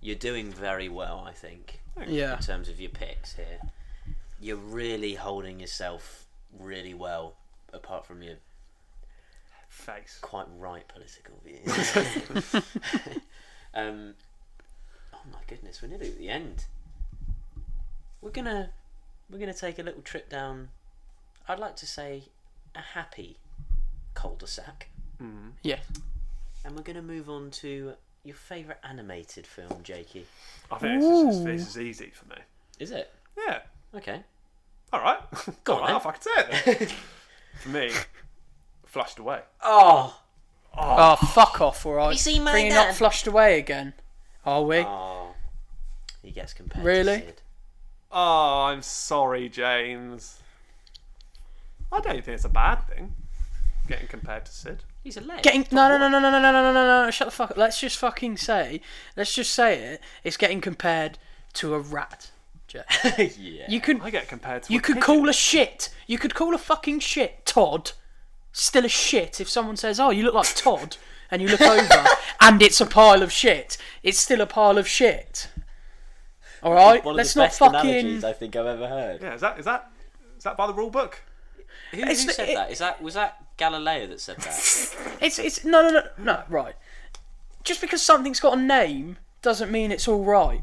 Speaker 1: you're doing very well, I think.
Speaker 2: Yeah.
Speaker 1: in terms of your picks here. You're really holding yourself really well, apart from your
Speaker 3: Face.
Speaker 1: quite right political views. um, oh my goodness, we're nearly at the end. We're gonna we're gonna take a little trip down. I'd like to say a happy cul-de-sac,
Speaker 2: Yeah.
Speaker 1: and we're gonna move on to your favourite animated film, Jakey.
Speaker 3: I think this is, this is easy for me.
Speaker 1: Is it?
Speaker 3: Yeah.
Speaker 1: Okay.
Speaker 3: All right.
Speaker 1: Go
Speaker 3: All
Speaker 1: on then.
Speaker 3: right, if I can say it. then. for me, flushed away.
Speaker 1: Oh,
Speaker 2: Oh, fuck off, alright.
Speaker 5: seen my
Speaker 2: Bringing
Speaker 5: dad?
Speaker 2: up flushed away again. Are we?
Speaker 1: oh. He gets compared.
Speaker 2: Really?
Speaker 1: To Sid.
Speaker 3: Oh, I'm sorry, James. I don't think it's a bad thing. Getting compared to Sid.
Speaker 1: He's a leg.
Speaker 2: Getting no no no no no no no no no no no shut the fuck up. Let's just fucking say let's just say it. It's getting compared to a rat. Jack.
Speaker 1: yeah.
Speaker 2: You could
Speaker 3: I get compared to.
Speaker 2: you
Speaker 3: a
Speaker 2: could
Speaker 3: pig.
Speaker 2: call a shit. You could call a fucking shit Todd. Still a shit if someone says, "Oh, you look like Todd," and you look over and it's a pile of shit. It's still a pile of shit. All right,
Speaker 1: One of
Speaker 2: let's
Speaker 1: the
Speaker 2: not
Speaker 1: best
Speaker 2: fucking.
Speaker 1: analogies I think I've ever heard.
Speaker 3: Yeah, is that is that is that by the rule book?
Speaker 1: Who, who
Speaker 2: It's the-
Speaker 1: said
Speaker 2: it-
Speaker 1: that? Is that was that Galileo that said that?
Speaker 2: It's it's no no no no right. Just because something's got a name doesn't mean it's all right.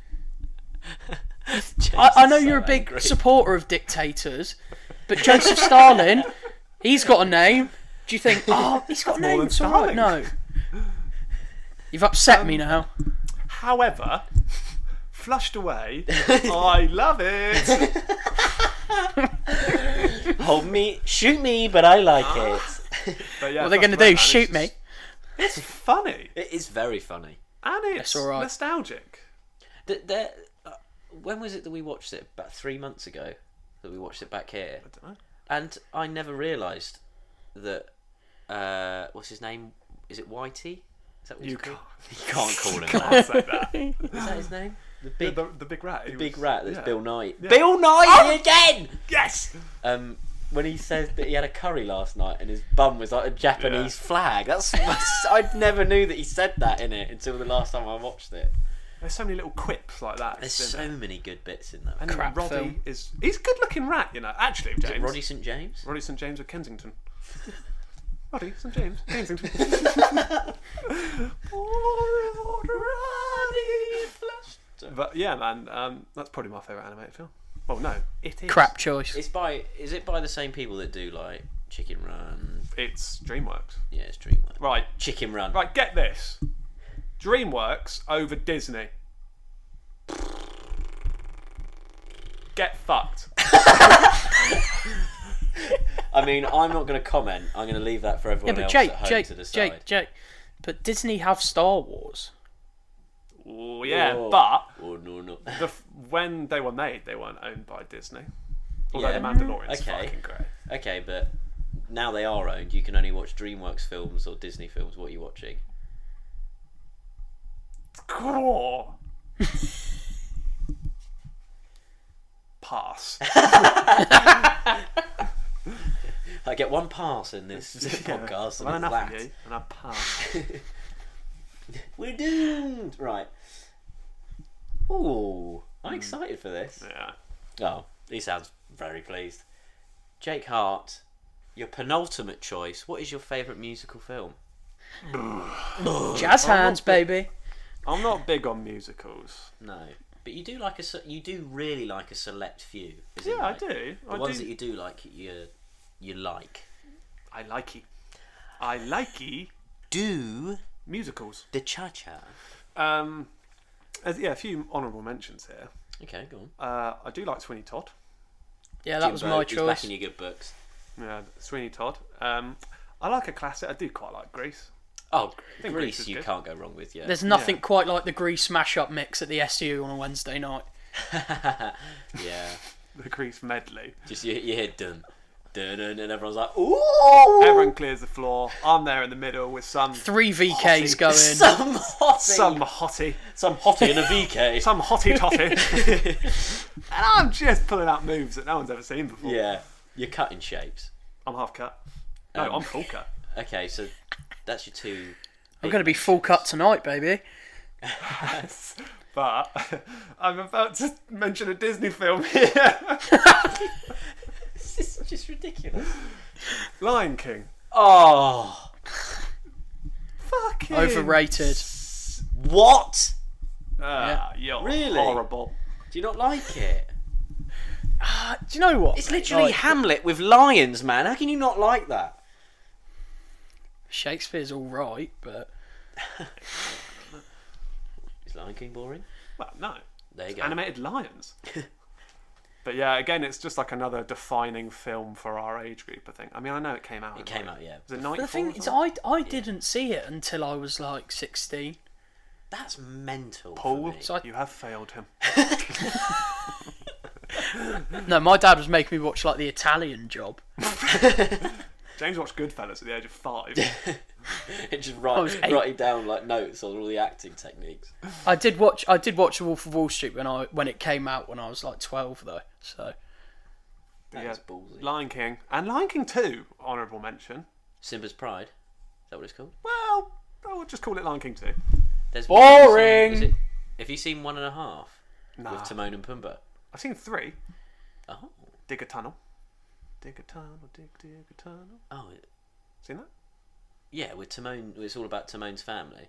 Speaker 2: I, I know
Speaker 1: Jesus,
Speaker 2: you're a
Speaker 1: I'm
Speaker 2: big
Speaker 1: angry.
Speaker 2: supporter of dictators, but Joseph Stalin, he's got a name. Do you think? Oh, he's got a
Speaker 3: More
Speaker 2: name.
Speaker 3: than
Speaker 2: It's all right.
Speaker 3: Stalin.
Speaker 2: No, you've upset me
Speaker 1: Um,
Speaker 2: now.
Speaker 3: However, flushed away. I love it.
Speaker 1: Hold me, shoot me, but I like it.
Speaker 3: But yeah,
Speaker 2: What are they going
Speaker 3: Flushed
Speaker 2: to
Speaker 3: Away, man,
Speaker 2: do?
Speaker 3: it's
Speaker 2: Shoot
Speaker 3: just-
Speaker 2: me?
Speaker 3: It's funny
Speaker 1: It is very funny.
Speaker 3: and it's
Speaker 2: That's all right.
Speaker 3: nostalgic.
Speaker 1: Th- there- uh, when was it that we watched it? About three months ago that we watched it back here.
Speaker 3: I dunno.
Speaker 1: And I never realised that. Uh, what's his name? Is it Whitey? Is that what
Speaker 3: You
Speaker 1: it's called?
Speaker 3: can't
Speaker 1: You can't call him that.
Speaker 3: I'll say that. Yeah,
Speaker 1: Is that his name? The big,
Speaker 3: the, the big rat. he
Speaker 1: big
Speaker 3: was-
Speaker 1: rat that's
Speaker 3: yeah.
Speaker 1: Bill Knight. Bill Knight again!
Speaker 3: Yes.
Speaker 1: Um, when he says that he had a curry last night and his bum was like a Japanese flag. That's, that's I never knew that he said that in it until the last time I watched it.
Speaker 3: There's so many little quips like that.
Speaker 1: There's
Speaker 3: isn't
Speaker 1: so
Speaker 3: there?
Speaker 1: many good bits in that.
Speaker 3: And
Speaker 2: Crap
Speaker 3: Roddy
Speaker 2: film.
Speaker 3: is he's a good looking rat, you know. Actually, James.
Speaker 1: Roddy St James.
Speaker 3: Roddy St James of Kensington. Roddy St James, Kensington. but yeah, man, um, that's probably my favourite animated film. Well, no, it is.
Speaker 2: Crap choice.
Speaker 1: It's by is it by the same people that do like Chicken Run?
Speaker 3: It's DreamWorks.
Speaker 1: Yeah, it's DreamWorks.
Speaker 3: Right,
Speaker 1: Chicken Run.
Speaker 3: right. Get this. DreamWorks over Disney. Get fucked.
Speaker 1: I mean, I'm not going to comment. I'm going to leave that for
Speaker 2: Yeah,
Speaker 1: everyone
Speaker 2: but
Speaker 1: else
Speaker 2: Jake,
Speaker 1: at home to
Speaker 2: Jake,
Speaker 1: decide.
Speaker 2: Jake, Jake. But Disney have Star Wars.
Speaker 3: Oh yeah,
Speaker 1: Or-
Speaker 3: but
Speaker 1: or Oh, no, no.
Speaker 3: the f- when they were made, they weren't owned by Disney. Although
Speaker 1: Yeah.
Speaker 3: the Mandalorian's
Speaker 1: Okay.
Speaker 3: fucking great.
Speaker 1: Okay, but now they are owned. You can only watch DreamWorks films or Disney films. What are you watching?
Speaker 3: Grrr. Pass.
Speaker 1: I get one pass in this podcast.
Speaker 3: Well,
Speaker 1: and it's
Speaker 3: enough of
Speaker 1: that.
Speaker 3: you, and I pass.
Speaker 1: We're doomed. Right. Ooh, I'm excited for this.
Speaker 3: Hmm. Yeah.
Speaker 1: Oh, he sounds very pleased. Jake Hart, your penultimate choice. What is your favourite musical film? Oh,
Speaker 2: Jazz hands, baby.
Speaker 3: I'm not big on musicals.
Speaker 1: No, but you do like a se- you do really like a select few. Is it
Speaker 3: Yeah, I
Speaker 1: like?
Speaker 3: do.
Speaker 1: The
Speaker 3: I
Speaker 1: ones
Speaker 3: do.
Speaker 1: that you do like, you you like.
Speaker 3: I likey. I likey
Speaker 1: Do
Speaker 3: musicals.
Speaker 1: the cha cha.
Speaker 3: Um, as- yeah, a few honourable mentions here.
Speaker 1: Okay, go on.
Speaker 3: Uh, I do like Sweeney Todd.
Speaker 2: Yeah, that was
Speaker 1: Jimbo,
Speaker 2: my
Speaker 1: he's Back
Speaker 2: choice.
Speaker 1: in your good books.
Speaker 3: Yeah, Sweeney Todd. Um, I like a classic. I do quite like Grease.
Speaker 1: Oh,
Speaker 3: think Grease
Speaker 1: Grease,
Speaker 3: is
Speaker 1: you
Speaker 3: good.
Speaker 1: can't go wrong with. Yeah,
Speaker 2: There's nothing quite like the Grease smash up mix at the SU on a Wednesday night.
Speaker 1: yeah.
Speaker 3: The Grease medley.
Speaker 1: Just you, you hear dun dun dun, and everyone's like, ooh.
Speaker 3: Everyone clears the floor. I'm there in the middle with some
Speaker 1: Oh,
Speaker 2: Three VKs going.
Speaker 1: Some hottie,
Speaker 3: some
Speaker 1: some,
Speaker 3: hottie,
Speaker 1: hottie in a VK.
Speaker 3: some hottie totty, and I'm just pulling out moves that no one's ever seen before.
Speaker 1: yeah, you're cutting shapes.
Speaker 3: I'm half cut. No,
Speaker 2: Um,
Speaker 3: I'm full cut.
Speaker 1: Okay, so that's your two.
Speaker 2: I'm going to be full cut tonight, baby.
Speaker 3: But I'm about to mention a Disney film here,
Speaker 1: This is just ridiculous.
Speaker 3: Lion King.
Speaker 1: Oh,
Speaker 3: Fucking
Speaker 2: Overrated.
Speaker 1: what?
Speaker 3: Ah, you're
Speaker 1: Really?
Speaker 3: horrible.
Speaker 1: Do you not like it?
Speaker 2: Uh, do you know what?
Speaker 1: It's
Speaker 2: mate?
Speaker 1: literally
Speaker 2: Like,
Speaker 1: Hamlet with lions, man. How can you not like that?
Speaker 2: Shakespeare's all right, but
Speaker 1: Is Lion King boring?
Speaker 3: Well, no,
Speaker 1: There you go.
Speaker 3: animated lions. But yeah, again, it's just like another defining film for our age group. I think. I mean, I know it came out. It
Speaker 1: came out, yeah.
Speaker 3: Was
Speaker 2: but the
Speaker 3: it 94
Speaker 2: thing
Speaker 3: or
Speaker 2: is,
Speaker 3: something?
Speaker 2: I I didn't see it until I was like 16.
Speaker 1: That's mental. for
Speaker 3: Paul,
Speaker 1: me.
Speaker 2: So I-
Speaker 3: you have failed him.
Speaker 2: No, my dad was making me watch like the Italian Job.
Speaker 3: James watched Goodfellas at the age of five.
Speaker 1: It just
Speaker 2: was
Speaker 1: write,
Speaker 2: eight.
Speaker 1: writing down like notes on all the acting techniques.
Speaker 2: I did watch I did watch The Wolf of Wall Street when I when it came out when I was like 12 though. So
Speaker 1: That
Speaker 3: Yeah.
Speaker 1: is ballsy.
Speaker 3: Lion King and Lion King Two, honourable mention.
Speaker 1: Simba's Pride. Is that what it's called?
Speaker 3: Well, I would just call it Lion King Two.
Speaker 1: There's one scene-
Speaker 2: Boring.
Speaker 1: is it- Have you seen One and a Half
Speaker 3: Ah.
Speaker 1: with Timon and Pumbaa?
Speaker 3: I've seen three.
Speaker 1: Oh,
Speaker 3: Dig a tunnel. Dig a tunnel. Dig dig a tunnel.
Speaker 1: oh, it-
Speaker 3: Seen that?
Speaker 1: yeah, with Timon. It's all about Timon's family.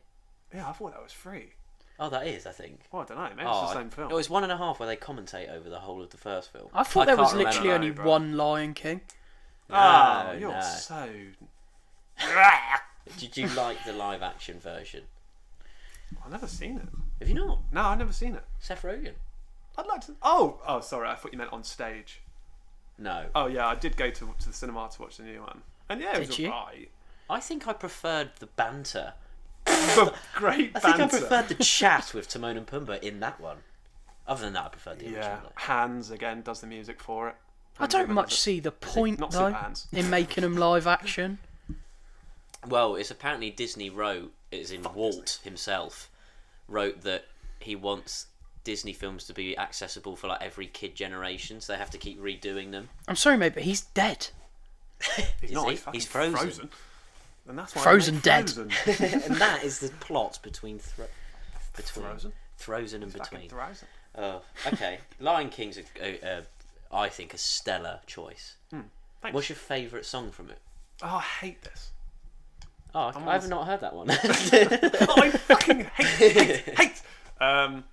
Speaker 3: Yeah, I thought that was three.
Speaker 1: Oh, that is, I think.
Speaker 3: Well, I don't know. Maybe
Speaker 1: oh,
Speaker 3: it's
Speaker 1: I-
Speaker 3: the same film.
Speaker 1: It was one and a half where they commentate over the whole of the first film.
Speaker 2: I thought
Speaker 3: I
Speaker 2: there was
Speaker 3: can't
Speaker 2: literally
Speaker 3: remember,
Speaker 2: only
Speaker 3: bro.
Speaker 2: one Lion King.
Speaker 3: Ah,
Speaker 1: No,
Speaker 3: you're
Speaker 1: no.
Speaker 3: so.
Speaker 1: Did you like the live action version?
Speaker 3: I've never seen it.
Speaker 1: Have you not?
Speaker 3: No, I've never seen it.
Speaker 1: Seth Rogen?
Speaker 3: I'd like to. Oh, oh, sorry. I thought you meant on stage.
Speaker 1: No.
Speaker 3: Oh yeah, I did go to to the cinema to watch the new one, and yeah, it
Speaker 2: Did
Speaker 3: was
Speaker 2: you?
Speaker 3: alright.
Speaker 1: I think I preferred the banter.
Speaker 3: The Great
Speaker 1: I
Speaker 3: banter.
Speaker 1: think I preferred the chat with Timon and Pumbaa in that one. Other than that, I preferred the
Speaker 3: yeah,
Speaker 1: original.
Speaker 3: Hans again does the music for it.
Speaker 2: I don't much see the point
Speaker 3: Not
Speaker 2: though
Speaker 3: so bands.
Speaker 2: in making them live action.
Speaker 1: Well, it's apparently Disney wrote, it's in Walt himself, wrote that he wants Disney films to be accessible for like every kid generation, so they have to keep redoing them.
Speaker 2: I'm sorry, mate, but he's dead.
Speaker 3: He's
Speaker 1: Is
Speaker 3: not.
Speaker 1: he?
Speaker 3: He's, fucking
Speaker 1: He's frozen.
Speaker 3: And that's why
Speaker 2: Frozen
Speaker 3: I made
Speaker 2: dead.
Speaker 3: Frozen.
Speaker 1: and that is the plot between thro- between
Speaker 3: Frozen?
Speaker 1: Frozen and
Speaker 3: Fucking
Speaker 1: between.
Speaker 3: Frozen.
Speaker 1: Oh, okay. Lion King's, a, a, a, I think, a stellar choice.
Speaker 3: Thanks.
Speaker 1: What's your favourite song from it?
Speaker 3: Oh, I hate this.
Speaker 1: Oh, I- I've not heard that one.
Speaker 3: I fucking hate, hate, hate. Um,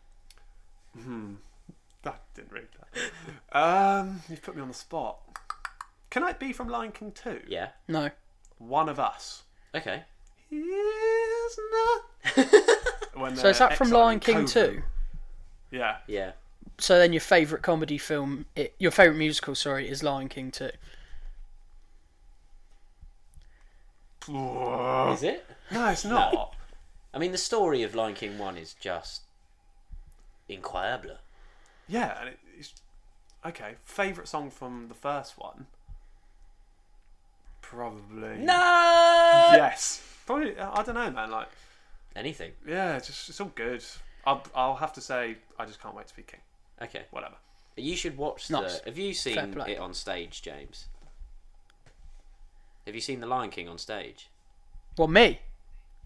Speaker 3: hmm, that didn't read that. Um, you've put me on the spot. Can I be from Lion King 2?
Speaker 1: yeah.
Speaker 2: No.
Speaker 3: One of us.
Speaker 1: Okay.
Speaker 3: He is not. When
Speaker 2: So is
Speaker 3: they're
Speaker 2: that from
Speaker 3: exiling
Speaker 2: Lion King
Speaker 3: Kovu.
Speaker 2: too?
Speaker 3: Yeah.
Speaker 1: Yeah.
Speaker 2: So then your favourite comedy film, i your favourite musical, sorry, is Lion King too.
Speaker 3: No,
Speaker 1: Is it?
Speaker 3: it's not.
Speaker 1: I mean, the story of Lion King one is just incroyable.
Speaker 3: Yeah, and it, it's okay. Favorite song from the first one? Probably.
Speaker 1: No.
Speaker 3: Yes. Probably. uh, I don't know, man. Like,
Speaker 1: Anything.
Speaker 3: yeah, it's just it's all good. I'll, I'll have to say, I just can't wait to be king.
Speaker 1: Okay.
Speaker 3: Whatever.
Speaker 1: You should watch
Speaker 2: Nice.
Speaker 1: the. Have you seen
Speaker 2: play.
Speaker 1: it on stage, James? Have you seen the Lion King on stage?
Speaker 2: Well, me.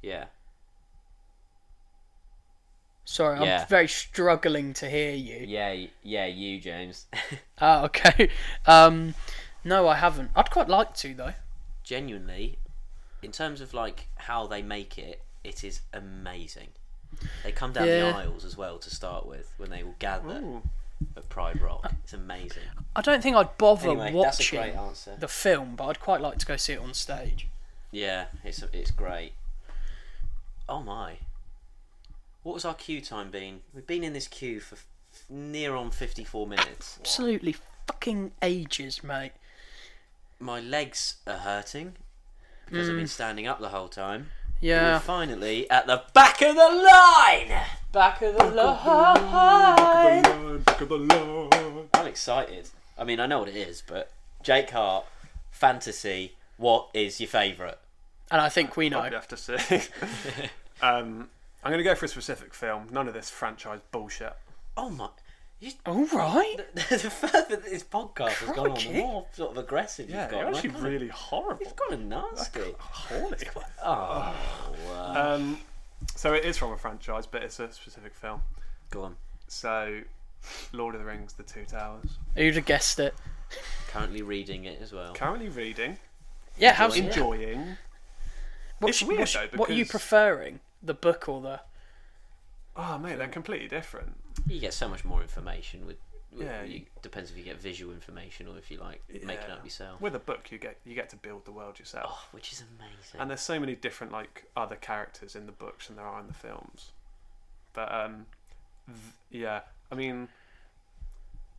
Speaker 1: Yeah.
Speaker 2: Sorry,
Speaker 1: Yeah.
Speaker 2: I'm very struggling to hear you.
Speaker 1: Yeah. y- Yeah. You, James.
Speaker 2: Oh, okay. Um, no, I haven't. I'd quite like to though.
Speaker 1: genuinely, in terms of like how they make it, it is amazing. They come down
Speaker 2: Yeah.
Speaker 1: the aisles as well to start with when they all gather
Speaker 3: Ooh.
Speaker 1: at Pride Rock. It's amazing.
Speaker 2: I don't think I'd bother
Speaker 1: Anyway, that's a great
Speaker 2: watching
Speaker 1: answer.
Speaker 2: the film, but I'd quite like to go see it on stage.
Speaker 1: Yeah, it's it's great. Oh my. What was our queue time been? We've been in this queue for f- near on 54 minutes.
Speaker 2: Absolutely fucking ages, mate.
Speaker 1: My legs are hurting because I've been standing up the whole time. We're
Speaker 2: Mm. Yeah.
Speaker 1: finally at the back of the line.
Speaker 2: Back of the line.
Speaker 1: I'm excited. I mean, I know what it is, but Jake Hart, fantasy. What is your favourite?
Speaker 2: And I think we know.
Speaker 3: Probably have to say. um, I'm gonna go for a specific film. None of this franchise bullshit.
Speaker 1: Oh my! You,
Speaker 2: All right.
Speaker 1: the further this podcast has gone on, the
Speaker 2: Crikey.
Speaker 1: more sort of aggressive
Speaker 3: Yeah,
Speaker 1: you've got.
Speaker 3: you're
Speaker 1: and I
Speaker 3: actually
Speaker 1: kinda-
Speaker 3: really horrible.
Speaker 1: It's kind of nasty.
Speaker 3: Horny.
Speaker 1: Oh,
Speaker 3: Um, so it is from a franchise, but it's a specific film.
Speaker 1: go on.
Speaker 3: So, Lord of the Rings: The Two Towers.
Speaker 2: Who'd have guessed it?
Speaker 1: Currently reading it as well.
Speaker 3: Currently reading,
Speaker 2: Yeah, how's it?
Speaker 3: enjoying.
Speaker 2: What's,
Speaker 3: It's weird,
Speaker 2: what's-
Speaker 3: though,
Speaker 2: What are you
Speaker 3: because-
Speaker 2: preferring? The book or the.
Speaker 3: Oh mate, they're completely different.
Speaker 1: You get so much more information with. with-
Speaker 3: Yeah,
Speaker 1: you-
Speaker 3: you-
Speaker 1: depends if you get visual information or if you like making
Speaker 3: Yeah.
Speaker 1: up yourself,
Speaker 3: With a book, you get you get to build the world yourself,
Speaker 1: oh, which is amazing.
Speaker 3: and there's so many different like other characters in the books than there are in the films. But um, th- yeah, I mean,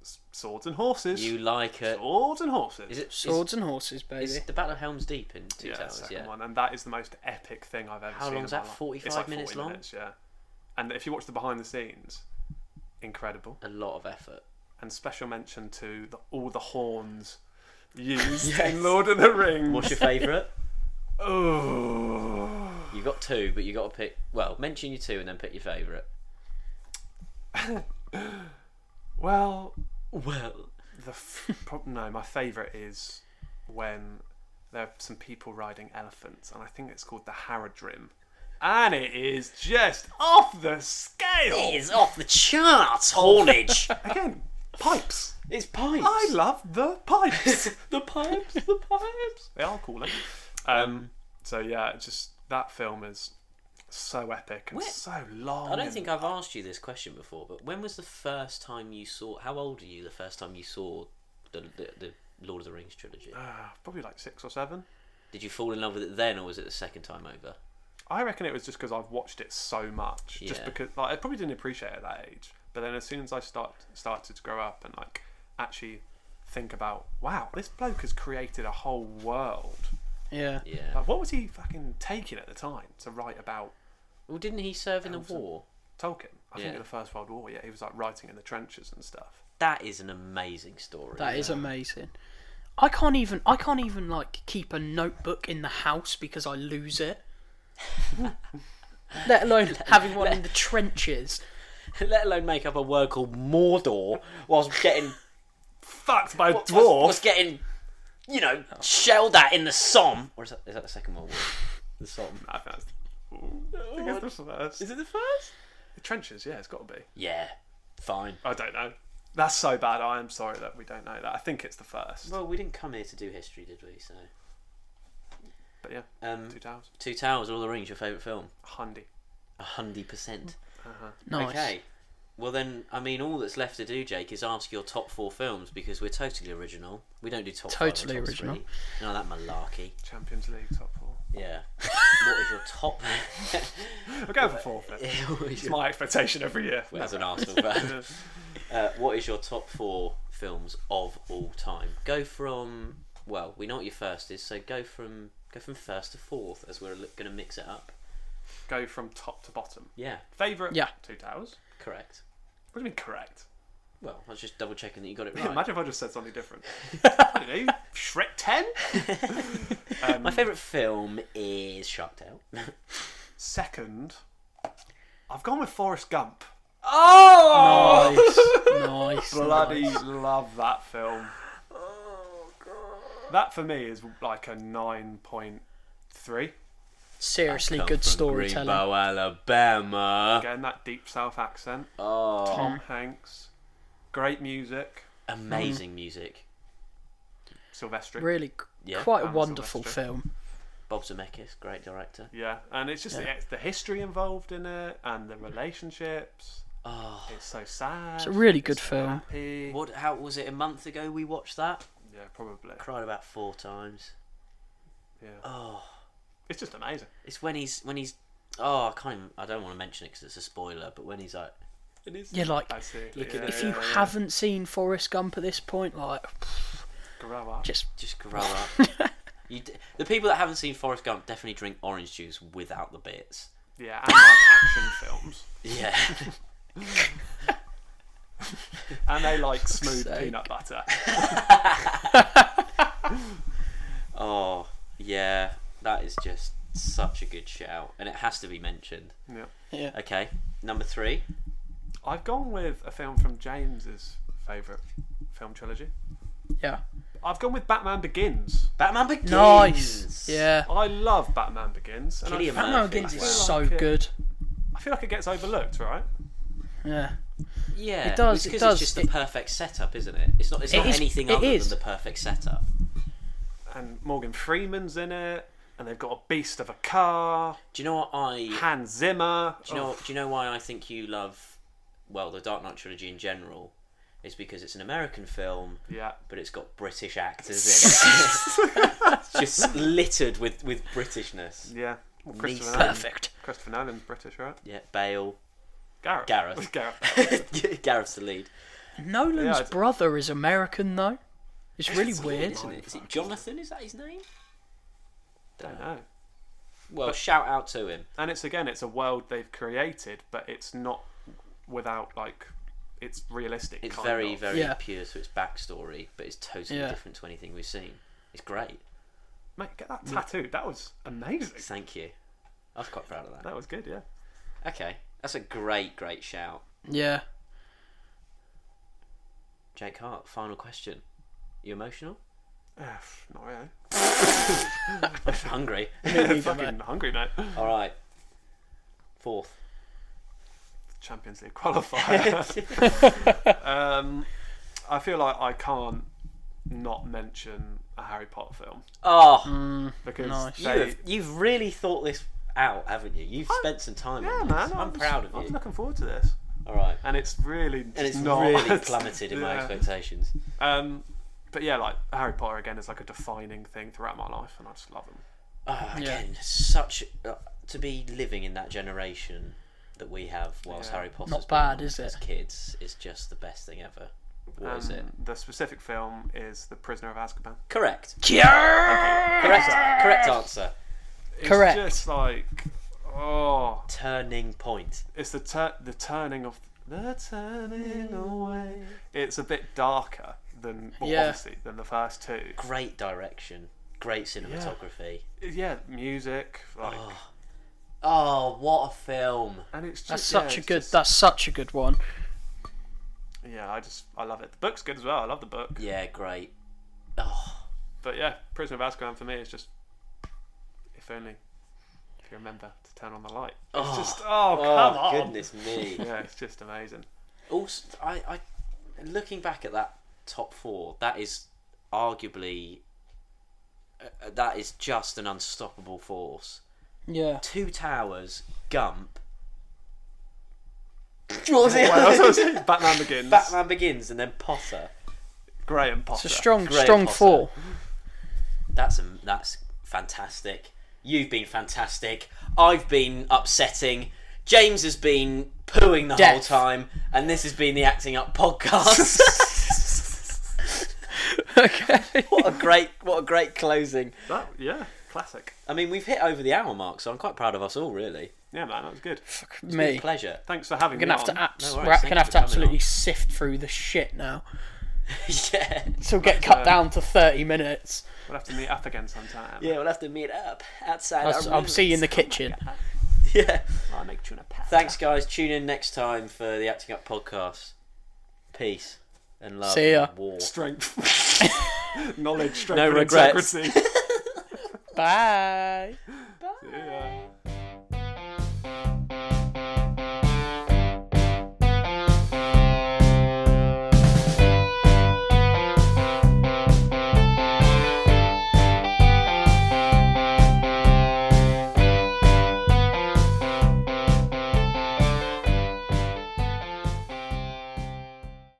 Speaker 3: s- swords and horses.
Speaker 1: you like it?
Speaker 3: Swords and horses.
Speaker 1: Is it is-
Speaker 2: Swords and horses, baby.
Speaker 1: Is the Battle of Helm's Deep in Two
Speaker 3: yeah, the
Speaker 1: Towers?
Speaker 3: second
Speaker 1: yeah.
Speaker 3: one, and that is the most epic thing I've ever
Speaker 1: How
Speaker 3: seen. in
Speaker 1: long's
Speaker 3: my
Speaker 1: that?
Speaker 3: life.
Speaker 1: 45
Speaker 3: It's like
Speaker 1: minutes
Speaker 3: 40
Speaker 1: long?
Speaker 3: Minutes, yeah, and if you watch the behind the scenes, incredible.
Speaker 1: A lot of effort.
Speaker 3: And special mention to the, all the horns used in Lord of the
Speaker 1: What's
Speaker 3: Rings.
Speaker 1: your favourite?
Speaker 3: Oh,
Speaker 1: You've got two, but you got to pick. Well, mention your two and then pick your favourite.
Speaker 3: well,
Speaker 1: Well,
Speaker 3: the f- prob- no, my favourite is when there are some people riding elephants, and I think it's called the Haradrim. and it is just off the scale.
Speaker 1: It's off the charts, haulage.
Speaker 3: Again, pipes.
Speaker 1: it's pipes.
Speaker 3: I love the pipes.
Speaker 1: the pipes, the pipes.
Speaker 3: they are cool. eh? Um, so yeah, it's just that film is so epic and
Speaker 1: Where-
Speaker 3: so long.
Speaker 1: I don't
Speaker 3: and-
Speaker 1: think I've asked you this question before, but when was the first time you saw? How old are you the first time you saw the the, the Lord of the Rings trilogy?
Speaker 3: Uh, probably like six or seven.
Speaker 1: Did you fall in love with it then, or was it the second time over?
Speaker 3: I reckon it was just because I've watched it so much, just
Speaker 1: Yeah.
Speaker 3: because like, I probably didn't appreciate it at that age. But then as soon as I start started to grow up and like actually think about, wow, this bloke has created a whole world.
Speaker 2: Yeah.
Speaker 1: Yeah.
Speaker 3: Like, what was he fucking taking at the time to write about
Speaker 1: Well, didn't he serve in the
Speaker 3: Elton.
Speaker 1: war?
Speaker 3: Tolkien? I think
Speaker 1: Yeah.
Speaker 3: in the First World War, yeah, he was like writing in the trenches and stuff.
Speaker 1: That is an amazing story.
Speaker 2: That is amazing. I can't even I can't even like keep a notebook in the house because I lose it. Let alone having one in the trenches.
Speaker 1: Let alone make up a word called Mordor whilst getting
Speaker 3: Fucked by a
Speaker 1: whilst-
Speaker 3: dwarf.
Speaker 1: whilst getting, you know, shelled at in the Somme. Or is that is that the second World War? The Somme.
Speaker 3: I think that's- I think it's the first.
Speaker 1: it the first?
Speaker 3: The trenches, yeah, it's got to be.
Speaker 1: Yeah. Fine.
Speaker 3: I don't know. That's so bad. I am sorry that we don't know that. I think it's the first.
Speaker 1: Well, we didn't come here to do history, did we? So.
Speaker 3: But yeah,
Speaker 1: Um,
Speaker 3: two towers.
Speaker 1: Two Towers, All the Rings, your favourite film?
Speaker 3: Hundy.
Speaker 1: A hundred percent.
Speaker 2: Nice.
Speaker 1: Okay. Well then, I mean, all that's left to do, Jake, is ask your top four films because we're totally original. We don't do top
Speaker 2: Totally
Speaker 1: five or top
Speaker 2: original.
Speaker 1: Three. No, that malarkey.
Speaker 3: Champions League top four.
Speaker 1: Yeah. what is your top?
Speaker 3: We're going for fourth. then.
Speaker 1: What is
Speaker 3: It's
Speaker 1: your-
Speaker 3: my expectation every year.
Speaker 1: As an Arsenal fan, uh, what is your top four films of all time? Go from well, we know what your first is, so go from go from first to fourth as we're going to mix it up.
Speaker 3: Go from top to bottom.
Speaker 1: Yeah,
Speaker 3: Favorite.
Speaker 2: Yeah.
Speaker 3: Two towers.
Speaker 1: correct.
Speaker 3: What do you mean correct?
Speaker 1: Well, I was just double checking that you got it right.
Speaker 3: Imagine if I just said something different. I don't know. Shrek ten.
Speaker 1: My favourite film is Shark Tale.
Speaker 3: Second. I've gone with Forrest Gump.
Speaker 2: Nice. nice.
Speaker 3: Bloody
Speaker 2: Oh! nice. Oh,
Speaker 3: love that film. That for me is like a nine point three.
Speaker 2: Seriously good storytelling.
Speaker 1: Greenbow, Alabama.
Speaker 3: Again, that deep South accent.
Speaker 1: Oh,
Speaker 3: Tom Hanks. Great music.
Speaker 1: amazing music.
Speaker 3: Sylvester.
Speaker 2: Really c-
Speaker 1: Yeah,
Speaker 2: quite a
Speaker 3: Anna
Speaker 2: wonderful
Speaker 3: Sylvester.
Speaker 2: film.
Speaker 1: Bob Zemeckis, great director.
Speaker 3: Yeah, and it's just
Speaker 2: Yeah.
Speaker 3: The, it's the history involved in it and the relationships.
Speaker 1: Oh,
Speaker 3: It's so sad. It's
Speaker 2: a really good film.
Speaker 3: Happy.
Speaker 1: what? How was it? A month ago we watched that.
Speaker 3: Yeah, probably.
Speaker 1: Cried about four times.
Speaker 3: Yeah.
Speaker 1: Oh,
Speaker 3: It's just amazing.
Speaker 1: it's when he's when he's. Oh, I can't. Even, I don't want to mention it because it's a spoiler. But when he's like, it is.
Speaker 2: Yeah, like
Speaker 3: I see.
Speaker 1: Look
Speaker 3: yeah,
Speaker 1: at it.
Speaker 2: if you
Speaker 3: yeah, yeah.
Speaker 2: haven't seen Forrest Gump at this point, like
Speaker 3: grow up,
Speaker 2: just
Speaker 1: Just grow up. you d- the people that haven't seen Forrest Gump definitely drink orange juice without the bits.
Speaker 3: yeah, and like action films,
Speaker 1: Yeah.
Speaker 3: and they like smooth
Speaker 2: sake.
Speaker 3: peanut butter.
Speaker 1: Oh, yeah. That is just such a good shout, and it has to be mentioned.
Speaker 3: Yeah,
Speaker 2: yeah.
Speaker 1: Okay, number three.
Speaker 3: I've gone with a film from James's favorite film trilogy.
Speaker 2: Yeah.
Speaker 3: I've gone with Batman Begins.
Speaker 1: Batman Begins.
Speaker 2: Nice. Yeah.
Speaker 3: I love Batman Begins, and I,
Speaker 1: Killian
Speaker 3: feel,
Speaker 2: Batman
Speaker 1: Murphy.
Speaker 2: Begins is
Speaker 3: Well,
Speaker 2: so
Speaker 3: like it.
Speaker 2: good.
Speaker 3: I feel like it gets overlooked, right?
Speaker 2: Yeah.
Speaker 1: Yeah.
Speaker 2: It does,
Speaker 1: Because
Speaker 2: it does.
Speaker 1: it's just the
Speaker 2: It-
Speaker 1: perfect setup, isn't it? It's not. It's
Speaker 2: It
Speaker 1: not
Speaker 2: is-
Speaker 1: anything
Speaker 2: it
Speaker 1: other
Speaker 2: is.
Speaker 1: than the perfect setup.
Speaker 3: And Morgan Freeman's in it, and they've got a beast of a car.
Speaker 1: Do you know what I?
Speaker 3: Hans Zimmer. Oh,
Speaker 1: Do you
Speaker 2: oh.
Speaker 1: know? Do you know why I think you love? Well, the Dark Knight trilogy in general is because it's an American film,
Speaker 3: Yeah.
Speaker 1: but it's got British actors in it. It's just littered with with Britishness.
Speaker 3: Yeah. Well, Christopher,
Speaker 1: Lisa.
Speaker 3: Nolan.
Speaker 2: Perfect.
Speaker 3: Christopher Nolan's British, right?
Speaker 1: Yeah, Bale.
Speaker 3: Gareth.
Speaker 1: Gareth.
Speaker 3: Gareth.
Speaker 1: Gareth's the lead.
Speaker 2: Nolan's
Speaker 3: it's-
Speaker 2: brother is American though. It's really weird.
Speaker 1: Isn't it? Is it Jonathan? Is that his name?
Speaker 3: Don't know.
Speaker 1: Well, shout out to him.
Speaker 3: And it's again, it's a world they've created, but it's not without like, it's realistic.
Speaker 1: It's
Speaker 3: kind
Speaker 1: very,
Speaker 3: of.
Speaker 1: very
Speaker 2: Yeah.
Speaker 1: pure to its backstory, but it's totally
Speaker 2: Yeah.
Speaker 1: different to anything we've seen. It's great.
Speaker 3: Mate, get that tattoo. That was amazing.
Speaker 1: Thank you. I was quite proud of that.
Speaker 3: That was good. Yeah.
Speaker 1: Okay, that's a great, great shout.
Speaker 2: Yeah.
Speaker 1: Jake Hart, final question. You emotional?
Speaker 3: Eh, pff, not really.
Speaker 1: Hungry?
Speaker 3: Fucking hungry, mate.
Speaker 1: All right. Fourth.
Speaker 3: Champions League qualifier. um, I feel like I can't not mention a Harry Potter film
Speaker 1: Oh,
Speaker 2: Mm.
Speaker 3: because
Speaker 2: Nice.
Speaker 1: you
Speaker 3: they,
Speaker 1: have, you've really thought this out, haven't you? You've spent some time.
Speaker 3: yeah,
Speaker 1: on
Speaker 3: man,
Speaker 1: this. I'm, proud of
Speaker 3: I'm
Speaker 1: you.
Speaker 3: looking forward to this,
Speaker 1: All right,
Speaker 3: and it's really
Speaker 1: and it's
Speaker 3: not,
Speaker 1: really plummeted in my
Speaker 3: Yeah.
Speaker 1: expectations.
Speaker 3: Um, but yeah, like Harry Potter again is like a defining thing throughout my life, and I just love them.
Speaker 1: Oh, again, such uh, to be living in that generation that we have, whilst
Speaker 3: Yeah.
Speaker 1: Harry Potter's
Speaker 2: Not
Speaker 1: been
Speaker 2: bad,
Speaker 1: on
Speaker 2: is it?
Speaker 1: As kids, is just the best thing ever. What is it?
Speaker 3: Um, The specific film is The Prisoner of Azkaban.
Speaker 1: Correct.
Speaker 2: Yeah!
Speaker 1: Correct. Correct answer.
Speaker 3: It's
Speaker 2: Correct.
Speaker 3: just like oh,
Speaker 1: Turning point.
Speaker 3: it's the tur- the turning of the turning away. It's a bit darker than well,
Speaker 2: Yeah.
Speaker 3: obviously than the first two.
Speaker 1: Great direction. Great cinematography.
Speaker 3: Yeah, music like,
Speaker 1: Oh, what a film!
Speaker 3: and it's just
Speaker 2: That's
Speaker 3: yeah,
Speaker 2: such a
Speaker 3: it's
Speaker 2: good.
Speaker 3: just-
Speaker 2: That's such a good one.
Speaker 3: yeah, I just I love it. The book's good as well. I love the book,
Speaker 1: Yeah, great. Oh,
Speaker 3: but yeah, Prisoner of Azkaban for me is just if only if you remember to turn on the light. It's just oh, come
Speaker 1: oh
Speaker 3: on.
Speaker 1: goodness me.
Speaker 3: Yeah, it's just amazing.
Speaker 1: also I, I looking back at that top four that is arguably uh, that is just an unstoppable force
Speaker 2: Yeah.
Speaker 1: two towers gump what was it?
Speaker 3: Well, that's what I was- Batman Begins.
Speaker 1: batman begins and then potter
Speaker 3: Graham Potter.
Speaker 2: It's a strong,
Speaker 1: Great
Speaker 2: strong
Speaker 1: Potter.
Speaker 2: four.
Speaker 1: that's a, that's fantastic you've been fantastic i've been upsetting james has been pooing the whole
Speaker 2: Death.
Speaker 1: time and this has been the acting up podcast
Speaker 2: okay.
Speaker 1: what a great what a great closing
Speaker 3: That, yeah, classic.
Speaker 1: I mean, we've hit over the hour mark, so I'm quite proud of us all, really.
Speaker 3: Yeah, man, that was good.
Speaker 2: Me.
Speaker 1: Pleasure.
Speaker 3: Thanks for having
Speaker 2: We're gonna
Speaker 3: me
Speaker 2: have to
Speaker 3: on.
Speaker 2: abs-
Speaker 1: No worries,
Speaker 2: we're
Speaker 1: thank you
Speaker 2: gonna have
Speaker 1: for
Speaker 2: to
Speaker 1: coming
Speaker 2: absolutely
Speaker 1: on.
Speaker 2: sift through the shit now.
Speaker 1: yeah.
Speaker 2: So get cut
Speaker 3: uh,
Speaker 2: down to thirty minutes.
Speaker 3: We'll have to meet up again sometime.
Speaker 1: Yeah, we'll have to meet up outside.
Speaker 2: I'll,
Speaker 1: our
Speaker 2: I'll see you in the
Speaker 1: rooms.
Speaker 2: kitchen.
Speaker 1: Yeah.
Speaker 3: I make tuna pasta.
Speaker 1: Thanks, guys. Tune in next time for the Acting Up podcast. Peace and love.
Speaker 2: See ya.
Speaker 1: and war.
Speaker 3: Strength. Knowledge, strength,
Speaker 1: No
Speaker 3: and
Speaker 1: regrets.
Speaker 3: integrity.
Speaker 2: Bye.